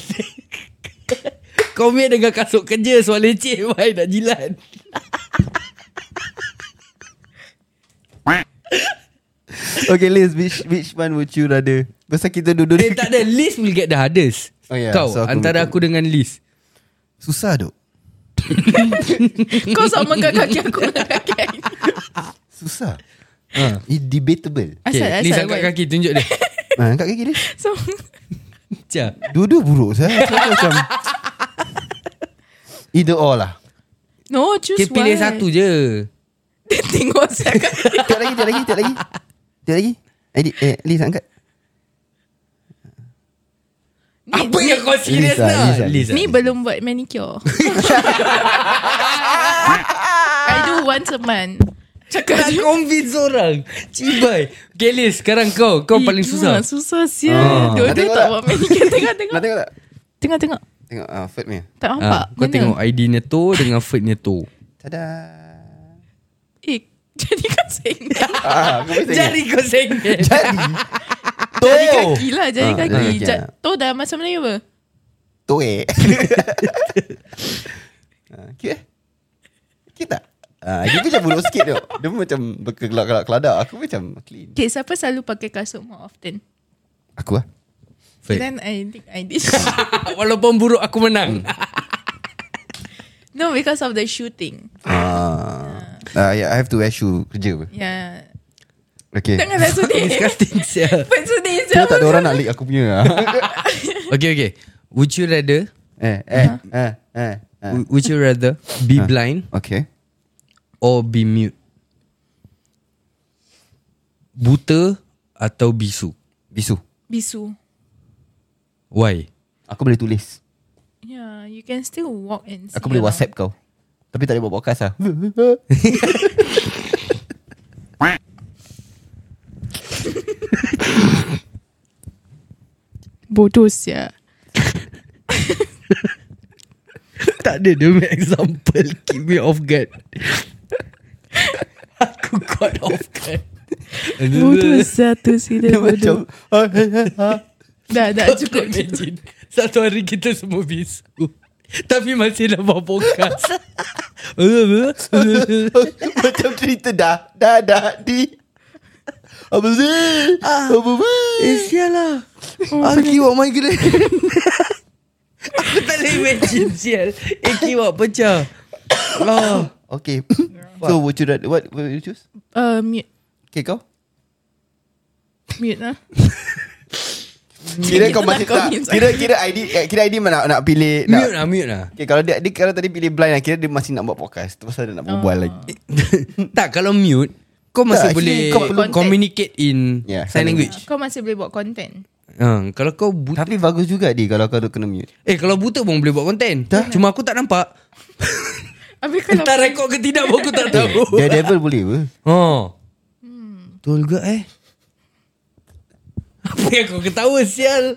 S3: Kau punya dengan kasut kerja soal leceh Why nak jilat
S2: Okay Liz which, which one would you rather Pasal kita duduk
S3: Eh tak ada Liz will get the hardest
S2: Oh, yeah.
S3: Kau
S2: So, aku
S3: Antara
S2: betul.
S3: aku dengan Liz
S2: Susah duk
S4: Kau sama dengan kaki aku lah, kan? dengan kaki aku.
S2: Susah
S3: ha.
S2: It debatable
S3: [LAUGHS] okay,
S4: Asal
S3: Liz
S4: asal kan?
S3: angkat
S4: buat.
S3: kaki Tunjuk
S4: [LAUGHS]
S3: dia
S2: ha, Angkat kaki dia
S4: So
S3: Cia.
S2: Dua-dua buruk saya Saya macam Either or lah
S4: No choose
S3: Dia pilih
S4: one.
S3: satu je
S4: Dia [LAUGHS] tengok saya kan
S2: Tiap lagi, tiap lagi, tiap lagi Tiap lagi Edit, eh, Liz angkat
S3: [LAUGHS] Apa yang kau
S2: Liz
S3: serius
S2: lah, Liz
S3: nak
S2: lah.
S3: Liz lah.
S4: Ni belum buat
S3: [LAUGHS]
S4: manicure [LAUGHS] I do once a month Cakap
S3: Nak convince orang Cibai Okay Liz sekarang kau Kau paling
S4: Eh,
S3: susah
S4: Susah sia
S2: Ah. Nak
S4: Dua-dua
S2: tengok
S4: Oh, tak
S2: tak?
S4: buat manicure [LAUGHS] Tengok
S2: Nak
S4: tengok
S2: tengok tak?
S4: Tengok tengok
S2: Tengok uh, Ferd punya
S4: Tak nampak
S3: Ah, Kau
S4: Mana?
S3: tengok ID nya tu Dengan Ferd nya tu
S2: Tada
S4: Eh [LAUGHS] jadi kan sengit
S2: [LAUGHS] ah, Kau boleh tengok
S3: Jari kau
S2: [LAUGHS]
S3: sengit
S2: Jadi
S4: Jadi
S2: Toe
S4: kaki lah Jadi
S2: Ah,
S4: kaki
S2: okey.
S4: Ja- Tu dah macam Melayu apa?
S2: Toe [LAUGHS] Ah, Cute eh Cute tak? Ah, dia macam buruk sikit tu Dia macam berkelak-kelak keladak Aku macam clean
S4: Okay siapa selalu pakai kasut more often?
S2: Aku lah
S3: Ferd.
S4: Then I think I did [LAUGHS]
S3: Walaupun buruk aku menang
S4: No because of the shooting
S2: Ah, ah, yeah, I have to wear shoe kerja apa
S4: Yeah lah
S2: Okay
S4: Janganlah [LAUGHS]
S2: [LAUGHS]
S4: sedih
S3: Disgusting sial
S4: Buat sedih
S2: Kira tak ada orang nak leak aku [LAUGHS] punya ah.
S3: Okay okay Would you rather
S2: Eh, eh, eh, eh, eh.
S3: Wou- Would you rather Be
S2: Ah.
S3: blind
S2: Okay
S3: Or be mute Buta Atau bisu
S2: Bisu
S4: Bisu
S3: Why
S2: Aku boleh tulis
S4: Yeah You can still walk and see lah.
S2: Aku boleh
S4: around.
S2: whatsapp kau Tapi tak boleh buat podcast [LAUGHS] lah
S4: Bodoh sia
S3: Tak ada Dia punya example Keep me off guard [LAUGHS] Aku caught off guard
S2: [LAUGHS]
S4: Bodoh satu si dia bodoh
S2: Macam ah, eh, eh, [LAUGHS] ah.
S4: Dah dah
S3: Kau
S4: cukup
S3: tak imagine Satu hari kita semua bisu Tapi masih nak buat podcast
S2: [LAUGHS] Macam cerita dah Dah dah di Apa sih Apa
S3: Eh
S2: sih
S3: sial lah
S2: Aki buat [LAUGHS] migraine
S3: Aku tak boleh imagine sial Eh kiwak pecah [COUGHS] Lah
S2: Okay So would you rather What would you choose
S4: uh, Mute
S2: Okay kau
S4: Mute lah
S2: [LAUGHS] Kira kau masih
S4: Kau
S2: tak
S4: mute.
S2: Kira kira ID eh, Kira ID mana nak pilih
S3: Mute
S2: nak,
S3: lah mute lah [COUGHS]
S2: okay, Kalau dia, dia Kalau tadi pilih blind lah, Kira dia masih nak buat podcast Tu pasal dia nak
S3: Oh.
S2: berbual lagi
S3: Tak kalau mute Kau masih
S2: actually
S3: boleh
S2: kau
S4: perlu-
S3: Communicate in
S2: Yeah,
S3: Sign
S2: sign
S3: language
S4: Kau masih boleh buat content
S3: ha, Kalau kau buta
S2: Tapi bagus juga dia Kalau kau kena mute
S3: Eh kalau buta pun boleh buat konten Cuma aku tak nampak
S4: Habis kalau
S3: Entah rekod ke tidak pun aku tak [LAUGHS]
S2: [LAUGHS]
S3: tahu
S2: Eh, Daredevil boleh apa
S3: Ha.
S2: oh.
S3: Betul juga eh Apa yang kau ketawa sial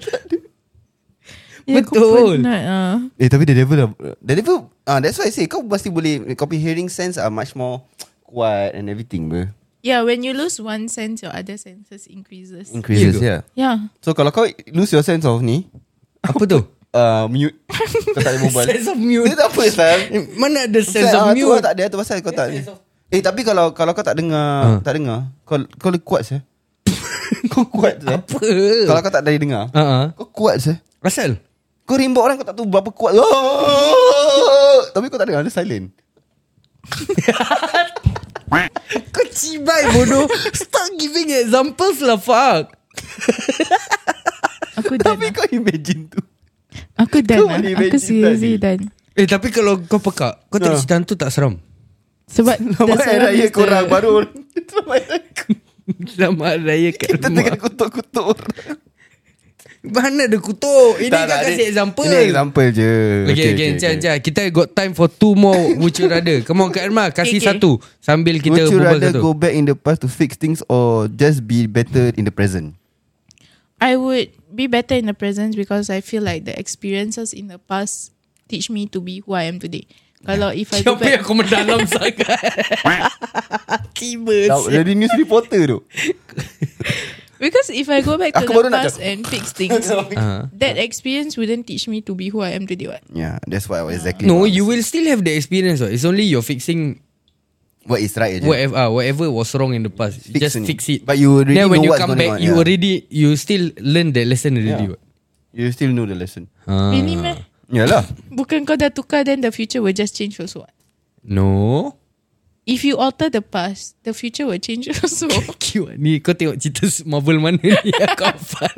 S4: Ya, aku
S3: Betul.
S4: penat, ah.
S2: Eh tapi Daredevil lah Daredevil ah, That's why I say Kau pasti boleh Kau punya hearing sense are Much more Kuat and everything ber.
S4: Yeah, when you lose one sense, your other senses increases.
S2: Increases
S3: Iya ke?
S2: yeah.
S4: yeah.
S2: So kalau kau Lose your sense of ni
S3: Apa tu?
S2: uh,
S3: [LAUGHS]
S2: Mute Kau tak boleh berbual
S3: Sense of mute.
S2: Dia tak apa Islam
S3: Eh, Mana ada sense
S2: Sense
S3: of
S2: ah, tu
S3: mute
S2: tak ada Tu pasal kau tak Eh tapi kalau Kalau kau tak dengar
S3: Ha.
S2: Tak dengar Kau kau le- kuat sah [LAUGHS] Kau kuat sah
S3: Apa?
S2: eh? Kalau kau tak dari dengar
S3: Ha, ha.
S2: Kau kuat sah
S3: Asal?
S2: Kau rimbau orang Kau tak tahu berapa kuat Oh! Tapi kau tak dengar Dia silent
S3: Kau cibai bodoh [LAUGHS] Stop giving examples lah fuck
S2: [LAUGHS]
S4: Aku done.
S2: Tapi kau imagine
S3: [LAUGHS]
S2: tu
S4: ah. Aku
S2: Kau
S4: done. ah.
S2: boleh
S4: Aku
S2: imagine
S4: seriously
S2: tadi.
S4: done.
S3: Eh tapi kalau kau pekak Kau
S2: Ha.
S3: tengok cerita hantu tak seram
S2: [LAUGHS]
S4: Sebab
S2: Selamat Hari Raya korang Baru orang [LAUGHS] Selamat Hari Raya korang.
S3: Selamat raya kat
S2: Kita tengah kutuk-kutuk orang
S3: Mana ada kutuk Ini
S2: Tak,
S3: kan
S2: tak,
S3: kasih
S2: ni-
S3: example
S2: Ini example je
S3: Okay, okay, okay, okay. Kita got time for two more Would you rather Come on Kak Irma Kasih
S4: Okay, okay.
S3: satu Sambil
S2: Would
S3: kita
S2: you
S3: berbual
S2: rather
S3: satu
S2: go back in the past to fix things or just be better in the present?
S4: I would be better in the present because I feel like the experiences in the past teach me to be who I am today. Kalau if
S2: [LAUGHS]
S4: I go
S3: Siapa yang
S4: back,
S3: kau [LAUGHS] mendalam sangat Tiba
S2: Tahu, Jadi news reporter tu.
S4: because if I go back to
S2: Aku baru
S4: the
S2: nak
S4: past
S2: cakap.
S4: and
S2: [LAUGHS]
S4: fix things, that experience wouldn't teach me to be who I am today. What?
S2: Yeah, that's what I was exactly.
S3: No
S2: what I
S3: you
S2: was-
S3: will still have the experience what. It's only you're fixing
S2: What is right? What
S3: Whatever ah, whatever was wrong in the past
S2: Fix
S3: Just
S2: only.
S3: fix it
S2: But you already
S3: Then when
S2: know
S3: you
S2: what's
S3: come
S2: going
S3: back
S2: on,
S3: You
S2: yeah.
S3: already You still learn the lesson already
S2: Yeah.
S3: what.
S2: you still know the lesson.
S3: Ah.
S4: Really meh?
S2: Yalah.
S4: Bukan kau dah tukar, then the future will just change also. What?
S3: No [LAUGHS]
S4: If you alter the past, the future will change [LAUGHS] also.
S3: Cute ni Kau tengok cerita [LAUGHS] Marvel mana [LAUGHS] ni yang Kau hafal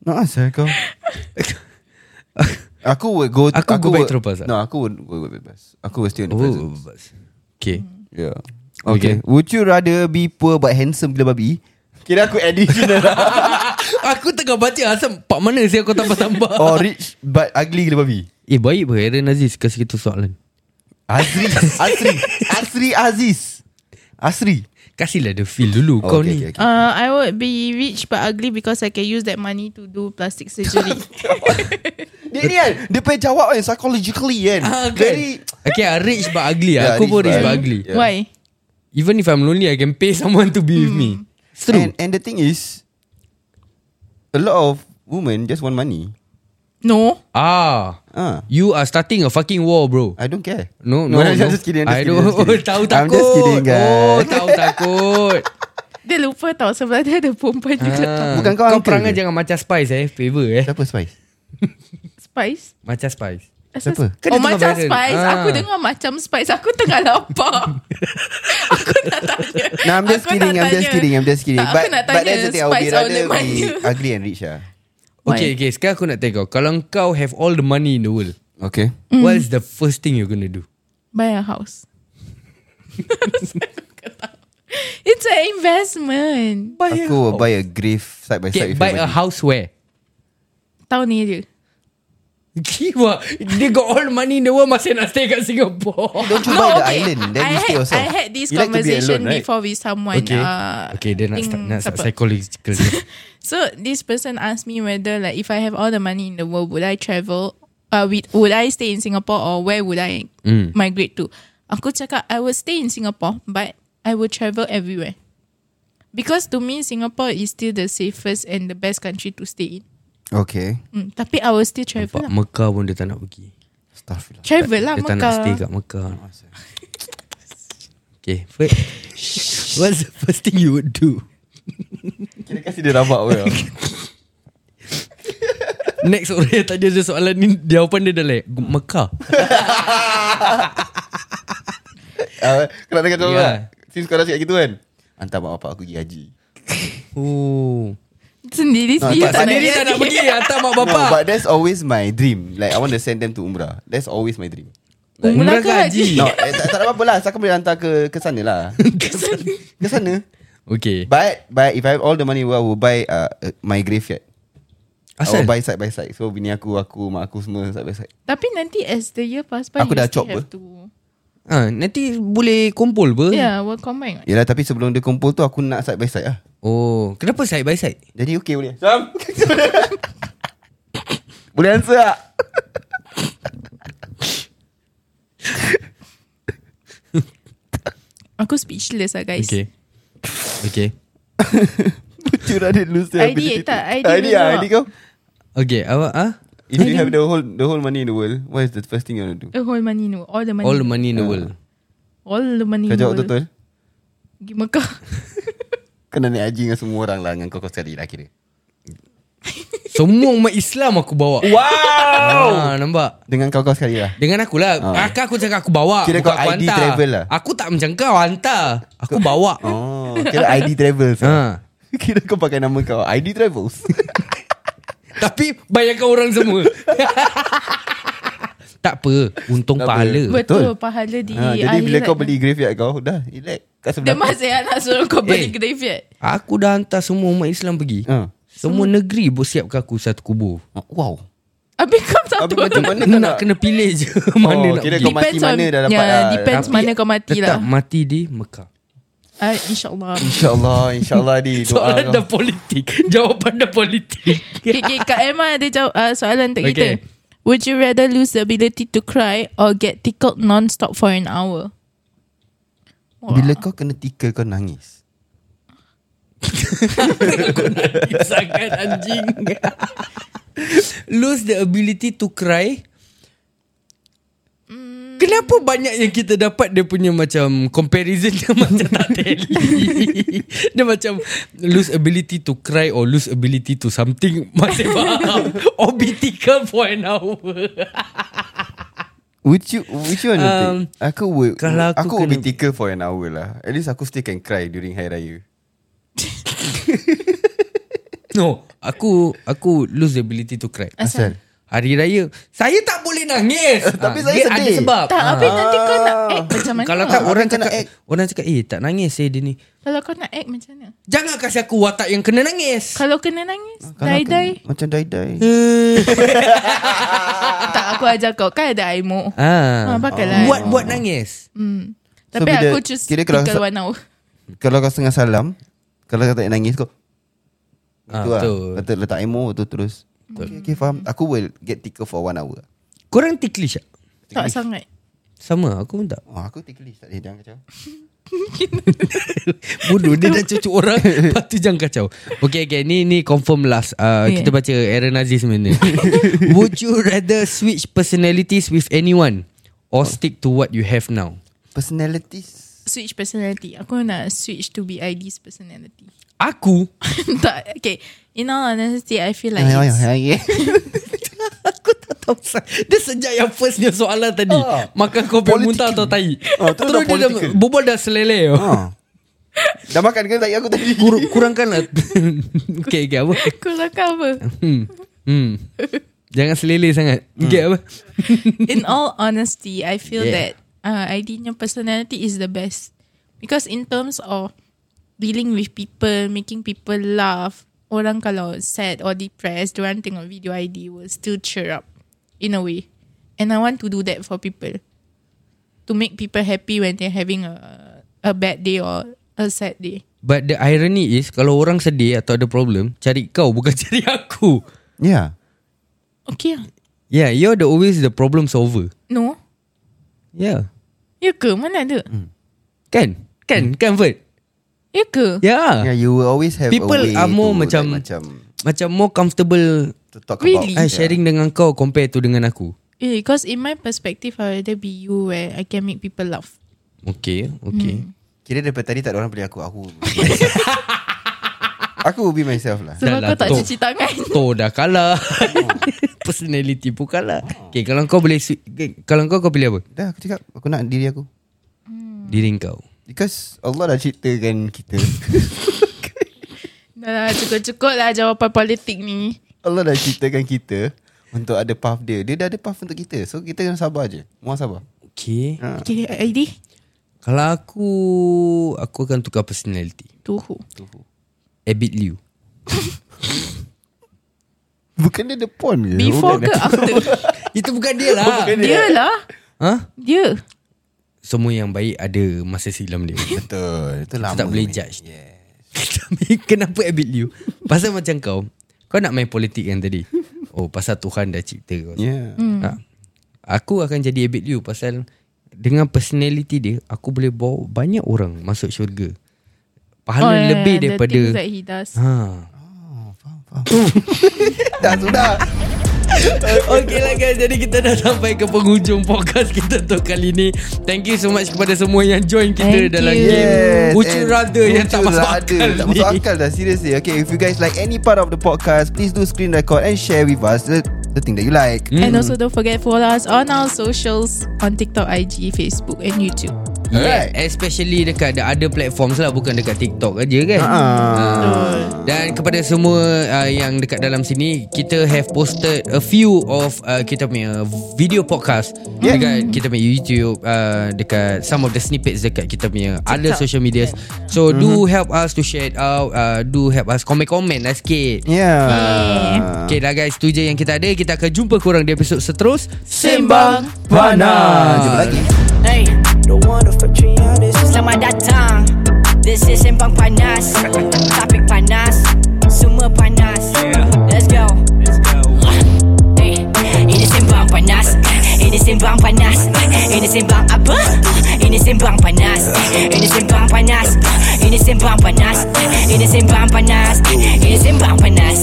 S2: No answer eh,
S3: [LAUGHS]
S2: kau. Aku would go
S3: Aku go
S2: would-
S3: back to the past, ah?
S2: No, aku would go back to the past. Aku would stay in the
S3: Oh,
S2: present.
S3: Okay
S2: Yeah. Okay.
S3: Okay.
S2: Would you rather be poor but handsome bila babi? Kira aku additional lah.
S3: [LAUGHS] Aku tengah baca Asal part mana sih Kau tambah-tambah
S2: Or rich but ugly gila
S3: [LAUGHS]
S2: babi?
S3: Eh baik pun Aaron Aziz Kasih kita soalan
S2: Azri Azri Azri Aziz Azri
S3: Kasihlah dia feel dulu oh, Kau okay, ni okay, okay.
S4: Uh, I would be rich but ugly because I can use that money to do plastic [LAUGHS] surgery.
S2: Dia ni kan Dia punya jawab kan Psychologically kan
S3: Ah, kan?
S2: Very
S3: Okay ah, rich but ugly
S2: Yeah,
S3: yeah, Aku
S2: rich but
S3: pun rich but
S2: ugly.
S3: ugly
S2: Yeah.
S4: Why?
S3: Even if I'm lonely I can pay [LAUGHS] someone to be with me It's
S2: Hmm.
S3: true
S2: and, and the thing is A lot of Women just want money
S4: No.
S3: Ah
S2: Ah,
S3: You are starting a fucking war bro
S2: I don't care
S3: No no, no,
S2: I'm just kidding I'm
S3: I
S2: just
S3: don't
S2: kidding, I'm just
S3: [LAUGHS]
S2: kidding. I'm just kidding
S3: Tahu takut Oh
S2: guys
S3: tahu
S2: [LAUGHS]
S3: takut
S4: Dia lupa tau sebelah dia ada perempuan juga tau.
S3: ah,
S2: Bukan kau
S3: Kau
S2: uncle
S3: perangai
S2: ke?
S3: jangan macam Spice eh Favor eh
S2: Siapa
S4: [LAUGHS]
S2: Spice?
S4: Spice.
S3: Macam Spice
S4: Asal-
S2: Siapa?
S3: Kan dia
S4: Oh
S3: tengah
S4: macam
S3: viral.
S4: Spice.
S3: Ah.
S4: Aku dengar macam Spice. Aku tengah
S3: [LAUGHS]
S4: lapar. aku nak tanya.
S2: No, I'm just
S4: Aku nak
S2: kidding. I'm just
S4: tanya.
S2: kidding. I'm just kidding.
S4: Tak,
S2: but
S4: aku nak
S2: but
S4: tanya
S2: that's the thing. I would be
S4: Spice outlet
S2: rather be
S4: mana.
S2: ugly and rich. Ah.
S3: Okay okay Sekarang aku nak tanya kau Kalau kau have all the money in the world
S2: Okay.
S3: What is the first thing you're gonna do
S4: Buy a house. [LAUGHS] It's an investment.
S2: Aku will buy a grave side by
S3: Okay
S2: side. with
S3: buy
S2: your
S3: a
S2: money.
S3: house where
S4: Tahun ni je.
S3: Kiwa Dia got all money in the world Masih nak stay kat
S4: [LAUGHS]
S3: Singapore
S2: Don't you buy Oh, the island Then
S4: I
S2: you stay
S4: had,
S2: yourself
S4: I had this
S2: You like to be
S4: conversation
S2: alone, right?
S4: before with someone.
S3: Okay
S4: Uh,
S3: Okay dia nak
S4: think
S3: start, nak start
S4: siapa?
S3: psychological
S4: [LAUGHS]
S3: dia.
S4: So this person asked me whether like if I have all the money in the world, would I travel? Uh, with, would I stay in Singapore or where would I migrate to? Aku cakap I would stay in Singapore, but I would travel everywhere. Because to me, Singapore is still the safest and the best country to stay in.
S2: Okay
S4: Mm, tapi I will still travel
S3: Pak
S4: lah.
S3: Mekah pun dia tak nak pergi
S2: Astaghfirullah
S4: Travel lah
S3: Dia tak nak stay
S4: Mekah.
S3: kat Mekah Okay first,
S4: [LAUGHS]
S3: What's the first thing you would do
S2: Kira kasih dia rabak pun [LAUGHS]
S3: Next orang yang tanya dia soalan ni Jawapan dia dah like Mekah
S4: [LAUGHS]
S2: uh, Kau nak dengar dulu
S3: Yeah.
S2: lah Since kau dah cakap gitu kan Hantar mak bapak aku pergi haji
S3: Oh
S4: Sendiri
S2: Ah,
S4: sendiri
S2: tak
S4: tak nak
S3: Sendiri
S4: [LAUGHS]
S3: tak nak
S4: pergi.
S3: pergi Hantar mak
S2: No,
S3: bapak
S2: but that's always my dream. Like I want to send them to Umrah. That's always my dream.
S3: Umrah
S4: Umrah ke
S3: ke
S4: haji?
S3: haji?
S2: No, eh, tak, tak ada apa-apa lah. Saya boleh hantar ke ke sana lah. ke sana.
S3: Okay
S2: But but if I have all the money, I will buy uh, uh, my graveyard. I
S3: Asal?
S2: will buy side by side. So bini aku, aku, mak aku semua side by side.
S4: Tapi nanti as the year pass by
S2: Aku
S4: you
S2: dah chop
S4: still
S2: apa?
S4: have to
S3: ha, Nanti boleh kumpul apa
S4: Yeah we'll combine
S2: Yelah tapi sebelum dia kumpul tu aku nak side by side lah.
S3: Oh Kenapa side by side?
S2: Jadi okay boleh. Sam. [LAUGHS] boleh answer tak? [LAUGHS]
S4: Aku speechless lah guys
S3: Okay Okay
S2: Curah dia lose their ability.
S4: ID tak?
S2: ID
S4: ID dulu
S2: ah,
S4: tak?
S2: ID kau.
S3: Okay awak ah?
S2: If you have the whole the whole money in the world, what is the first thing you want to do?
S4: The whole money no Eh, All the money
S3: All the money in the world
S4: All the money
S2: Kau jawab
S4: no.
S2: betul.
S4: Pergi
S3: [LAUGHS]
S4: Mekah
S2: Kena naik haji dengan semua orang lah Dengan kau kau sekali lah kira
S3: Semua umat Islam aku bawa Wow ha, Nampak
S2: Ah, Dengan kau kau sekali lah
S3: Dengan akulah
S2: Ah.
S3: ha. Akak aku cakap aku bawa
S2: Kira
S3: bukan
S2: kau
S3: aku
S2: ID travel lah.
S3: Aku tak macam kau hantar Aku bawa
S2: Oh [LAUGHS] Kira ID Travels
S3: ha.
S2: ha. [LAUGHS] Kira kau pakai nama kau ID Travels
S3: Tapi bayangkan orang
S2: [LAUGHS]
S3: semua Tak apa Untung
S2: Tak apa.
S3: pahala
S2: But-
S4: Betul
S2: Betul.
S4: Pahala di
S2: ha,
S4: kan.
S2: Jadi bila
S4: akhirat
S2: kau
S4: ni.
S2: beli graveyard kau Dah relax Kat sebelah
S4: Demam saya nak suruh kau beli
S3: Eh.
S4: graveyard
S3: Aku dah hantar semua umat Islam pergi
S2: kau. ha.
S3: Semua negeri Boleh siapkan aku satu kubur
S2: Wow
S4: Habis kau satu
S2: Habis macam mana kau
S3: Nak,
S2: nak Oh,
S3: kena pilih je [LAUGHS] Mana nak
S2: kira
S3: pergi
S2: kau mati mana dah dapat
S4: yeah,
S2: lah.
S4: Ya, Depends
S3: Tapi
S4: mana kau mati
S3: Tetap
S4: lah
S3: mati di Mekah
S4: uh,
S3: [LAUGHS]
S4: InsyaAllah
S2: InsyaAllah InsyaAllah di doa
S3: Soalan dah
S2: kau.
S3: politik [LAUGHS] Jawapan dah politik [LAUGHS]
S4: okay, okay, Kak Emma ada jawab, uh, soalan untuk
S3: Okay.
S4: kita Would you rather lose the ability to cry Or get tickled non-stop for an hour
S2: Bila kau kena tikal kau nangis
S3: Sangat anjing [LAUGHS] Lose the ability to cry Kenapa banyak yang kita dapat Dia punya macam Comparison dia [LAUGHS] macam tak tally [LAUGHS] Dia macam Lose ability to cry Or lose ability to something [LAUGHS] Masih [LAUGHS] faham Or be tickled for an hour
S2: Would you Would you want to
S3: Um,
S2: um, Aku would Kalau
S3: kalau aku
S2: aku, aku would be
S3: kena-
S2: tikal for an hour lah At least aku still can cry During Hari Raya
S3: No Aku Aku lose the ability to cry
S2: Asal
S3: Hari Raya Saya tak boleh nangis
S2: [LAUGHS] Tapi
S3: Ah,
S2: saya
S3: dia
S2: sedih.
S3: Ada sebab
S4: Tak,
S3: Ah.
S4: habis nanti kau nak act macam mana
S3: Kalau tak
S2: Habis
S3: orang
S2: kau
S3: cakap
S2: nak act.
S3: Orang cakap Eh tak nangis eh dia ni
S4: Kalau kau nak act macam mana
S3: Jangan kasih aku watak yang kena nangis
S4: Kalau kena nangis Die-die
S2: Macam die-die
S4: Tak aku ajar kau Kan ada IMO
S3: Ah,
S4: Ah, pakailah.
S3: Buat-buat nangis
S4: hmm.
S2: So,
S4: Tapi
S2: bila-
S4: aku choose
S2: kira kalau
S4: Tickle
S2: sa-
S4: one hour
S2: Kalau kau setengah salam Kalau kau tak nak nangis kau Itu
S3: Ah,
S2: lah
S3: betul.
S2: Letak, letak emo tu terus okay, okay faham Aku will get tickle for one hour
S3: Korang ticklish tak?
S4: Tak sangat
S3: Sama aku pun tak
S2: oh, Aku ticklish tak boleh Jangan kacau
S3: [LAUGHS] Bodoh dia dah cucuk orang [LAUGHS] Lepas tu jangan kacau Okay okay ni, ni confirm last uh,
S4: Yeah.
S3: Kita baca Aaron Aziz
S4: [LAUGHS]
S3: mana Would you rather switch personalities with anyone Or stick to what you have now
S2: Personalities
S4: Switch personality Aku nak switch to be ID's personality [LAUGHS]
S3: Aku
S4: tak, okay. In all honesty, I feel like
S2: Ay, ay,
S4: it's,
S2: ay, ay.
S3: Aku tak tahu pasal. Dia sejak yang firstnya soalan tadi
S2: Ah.
S3: Makan kopi
S2: Political.
S3: muntah atau tai
S2: Ah, terus
S3: Terus
S2: dah
S3: dia dah
S2: political.
S3: Bobol dah selele
S2: ha. [LAUGHS] Dah makan ke tak aku tadi
S3: Kur kurangkanlah Okay okay apa
S4: lah, Kau nak cover.
S3: hmm. hmm. Jangan selele sangat Okay apa
S4: In all honesty, I feel
S3: Yeah.
S4: that uh, ID-nya personality is the best. Because in terms of dealing with people, making people laugh, orang kalau sad or depressed, orang tengok video ID will still cheer up in a way. And I want to do that for people. To make people happy when they're having a a bad day or a sad day.
S3: But the irony is Kalau orang sedih atau ada problem Cari kau bukan [LAUGHS] cari aku Ya.
S2: Yeah
S4: Okay lah.
S3: Yeah you're the always the problem solver
S4: No?
S3: Yeah
S4: Ya ke? Mana ada?
S3: Kan Kan kan Ferd
S4: Ya ke?
S3: Yeah,
S2: Yeah you will always have
S3: People
S2: a way
S3: are more
S2: to,
S3: macam-
S2: like, Macam
S3: Macam more comfortable
S2: To talk
S4: Really?
S2: about
S3: I sharing dengan kau Compare to dengan aku
S4: Yeah, because Eh, in my perspective, I rather be you where I can make people laugh.
S3: Okay Okay
S2: Kira daripada tadi tak ada orang beli aku Aku [LAUGHS] Aku will be myself lah
S4: Sebab
S3: Dah
S4: kau
S3: lah,
S4: tak
S3: tu.
S4: cuci tangan.
S3: Toh dah kalah [LAUGHS] Personality pun kalah Okay kalau kau boleh swi- okay, Kalau kau kau pilih apa
S2: Dah aku cakap Aku nak diri aku
S3: Diri kau
S2: Because Allah dah ciptakan kita
S4: [LAUGHS] Dah lah, cukup-cukup lah jawapan politik ni.
S2: Allah dah ciptakan kita untuk ada path dia. Dia dah ada path untuk kita. So kita kena sabar je. Muah sabar.
S3: Okay
S4: Okay, ID.
S3: Kalau aku Aku akan tukar personality
S4: Tuhu.
S3: Abit Liu
S2: Bukan dia the pawn ke?
S4: Before [LAUGHS]
S2: Bukan
S4: ke after?
S3: Itu bukan dia lah
S2: Bukan
S4: Dia lah.
S3: ha?
S4: Dia.
S3: Semua yang baik ada masa silam dia Kita
S2: Betul. Itu lama.
S3: tak boleh
S2: ni.
S3: judge [LAUGHS] Kenapa Abid Liu Pasal macam kau Kau nak main politik kan tadi Oh pasal Tuhan dah cipta kau
S2: Yeah.
S3: ha. Aku akan jadi Abid Liu Pasal Dengan personality dia Aku boleh bawa banyak orang Masuk syurga Pahala
S4: Oh, yeah,
S3: lebih
S4: yeah, ya, The
S3: daripada
S4: things that he does.
S3: ha.
S2: [LAUGHS] Dah sudah.
S3: Okay lah guys Jadi kita dah sampai ke penghujung podcast kita untuk kali ni Thank you so much kepada semua yang join kita
S4: Thank
S3: dalam
S4: you.
S3: game Would
S2: and
S3: you rather yang tak
S2: would you
S3: masuk
S2: rather.
S3: akal
S2: Tak
S3: ni.
S2: masuk akal dah seriously Okay if you guys like any part of the podcast Please do screen record and share with us The, the thing that you like
S4: And also don't forget follow us on our socials on TikTok, IG, Facebook and YouTube.
S3: Yeah,
S2: Alright.
S3: especially dekat the other platforms lah Bukan dekat TikTok aja kan
S2: Ah.
S3: Ah. Dan kepada semua uh, yang dekat dalam sini Kita have posted a few of uh, kita punya video podcast
S2: Yeah.
S3: Dekat kita punya YouTube uh, Dekat some of the snippets dekat kita punya other social medias So do
S2: Mm-hmm.
S3: help us to share it out uh, Do help us comment-comment lah sikit
S2: Yeah
S3: Okay lah guys Itu je yang kita ada Kita akan jumpa korang di episod seterus
S4: Sembang
S2: Panas Jumpa lagi
S1: Hey, Selamat datang This is Sembang Panas Topik panas Semua panas Let's go Hey, Ini Sembang Panas Ini Sembang Panas Ini Sembang apa? Ini Sembang Panas Ini Sembang Panas Ini Sembang Panas Ini Sembang Panas Ini Sembang Panas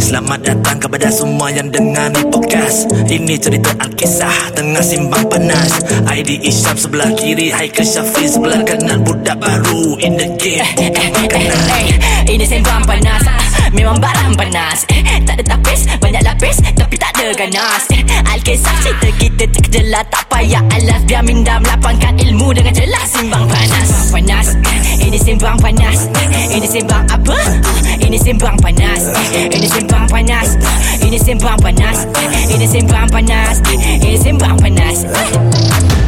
S5: Selamat datang kepada semua yang dengar ni podcast Ini cerita Alkisah tengah simbang panas ID Isyam sebelah kiri Haikal Syafiq sebelah kanan Budak baru in the game
S1: Eh, eh, eh, eh, Ini sembang panas Ah, Memang barang panas Eh, Tak ada tapis Banyak lapis Tapi tak ada ganas Eh, Alkisah cerita kita terkejelah Tak payah alas Biar mindam lapangkan ilmu Dengan jelas Simbang panas Sembang panas Eh, Ini sembang panas Eh, Ini sembang apa? Ah, Ini sembang panas Eh, Ini sembang panas Ah, Ini sembang panas Eh, Ini sembang panas Eh, Ini sembang panas Eh.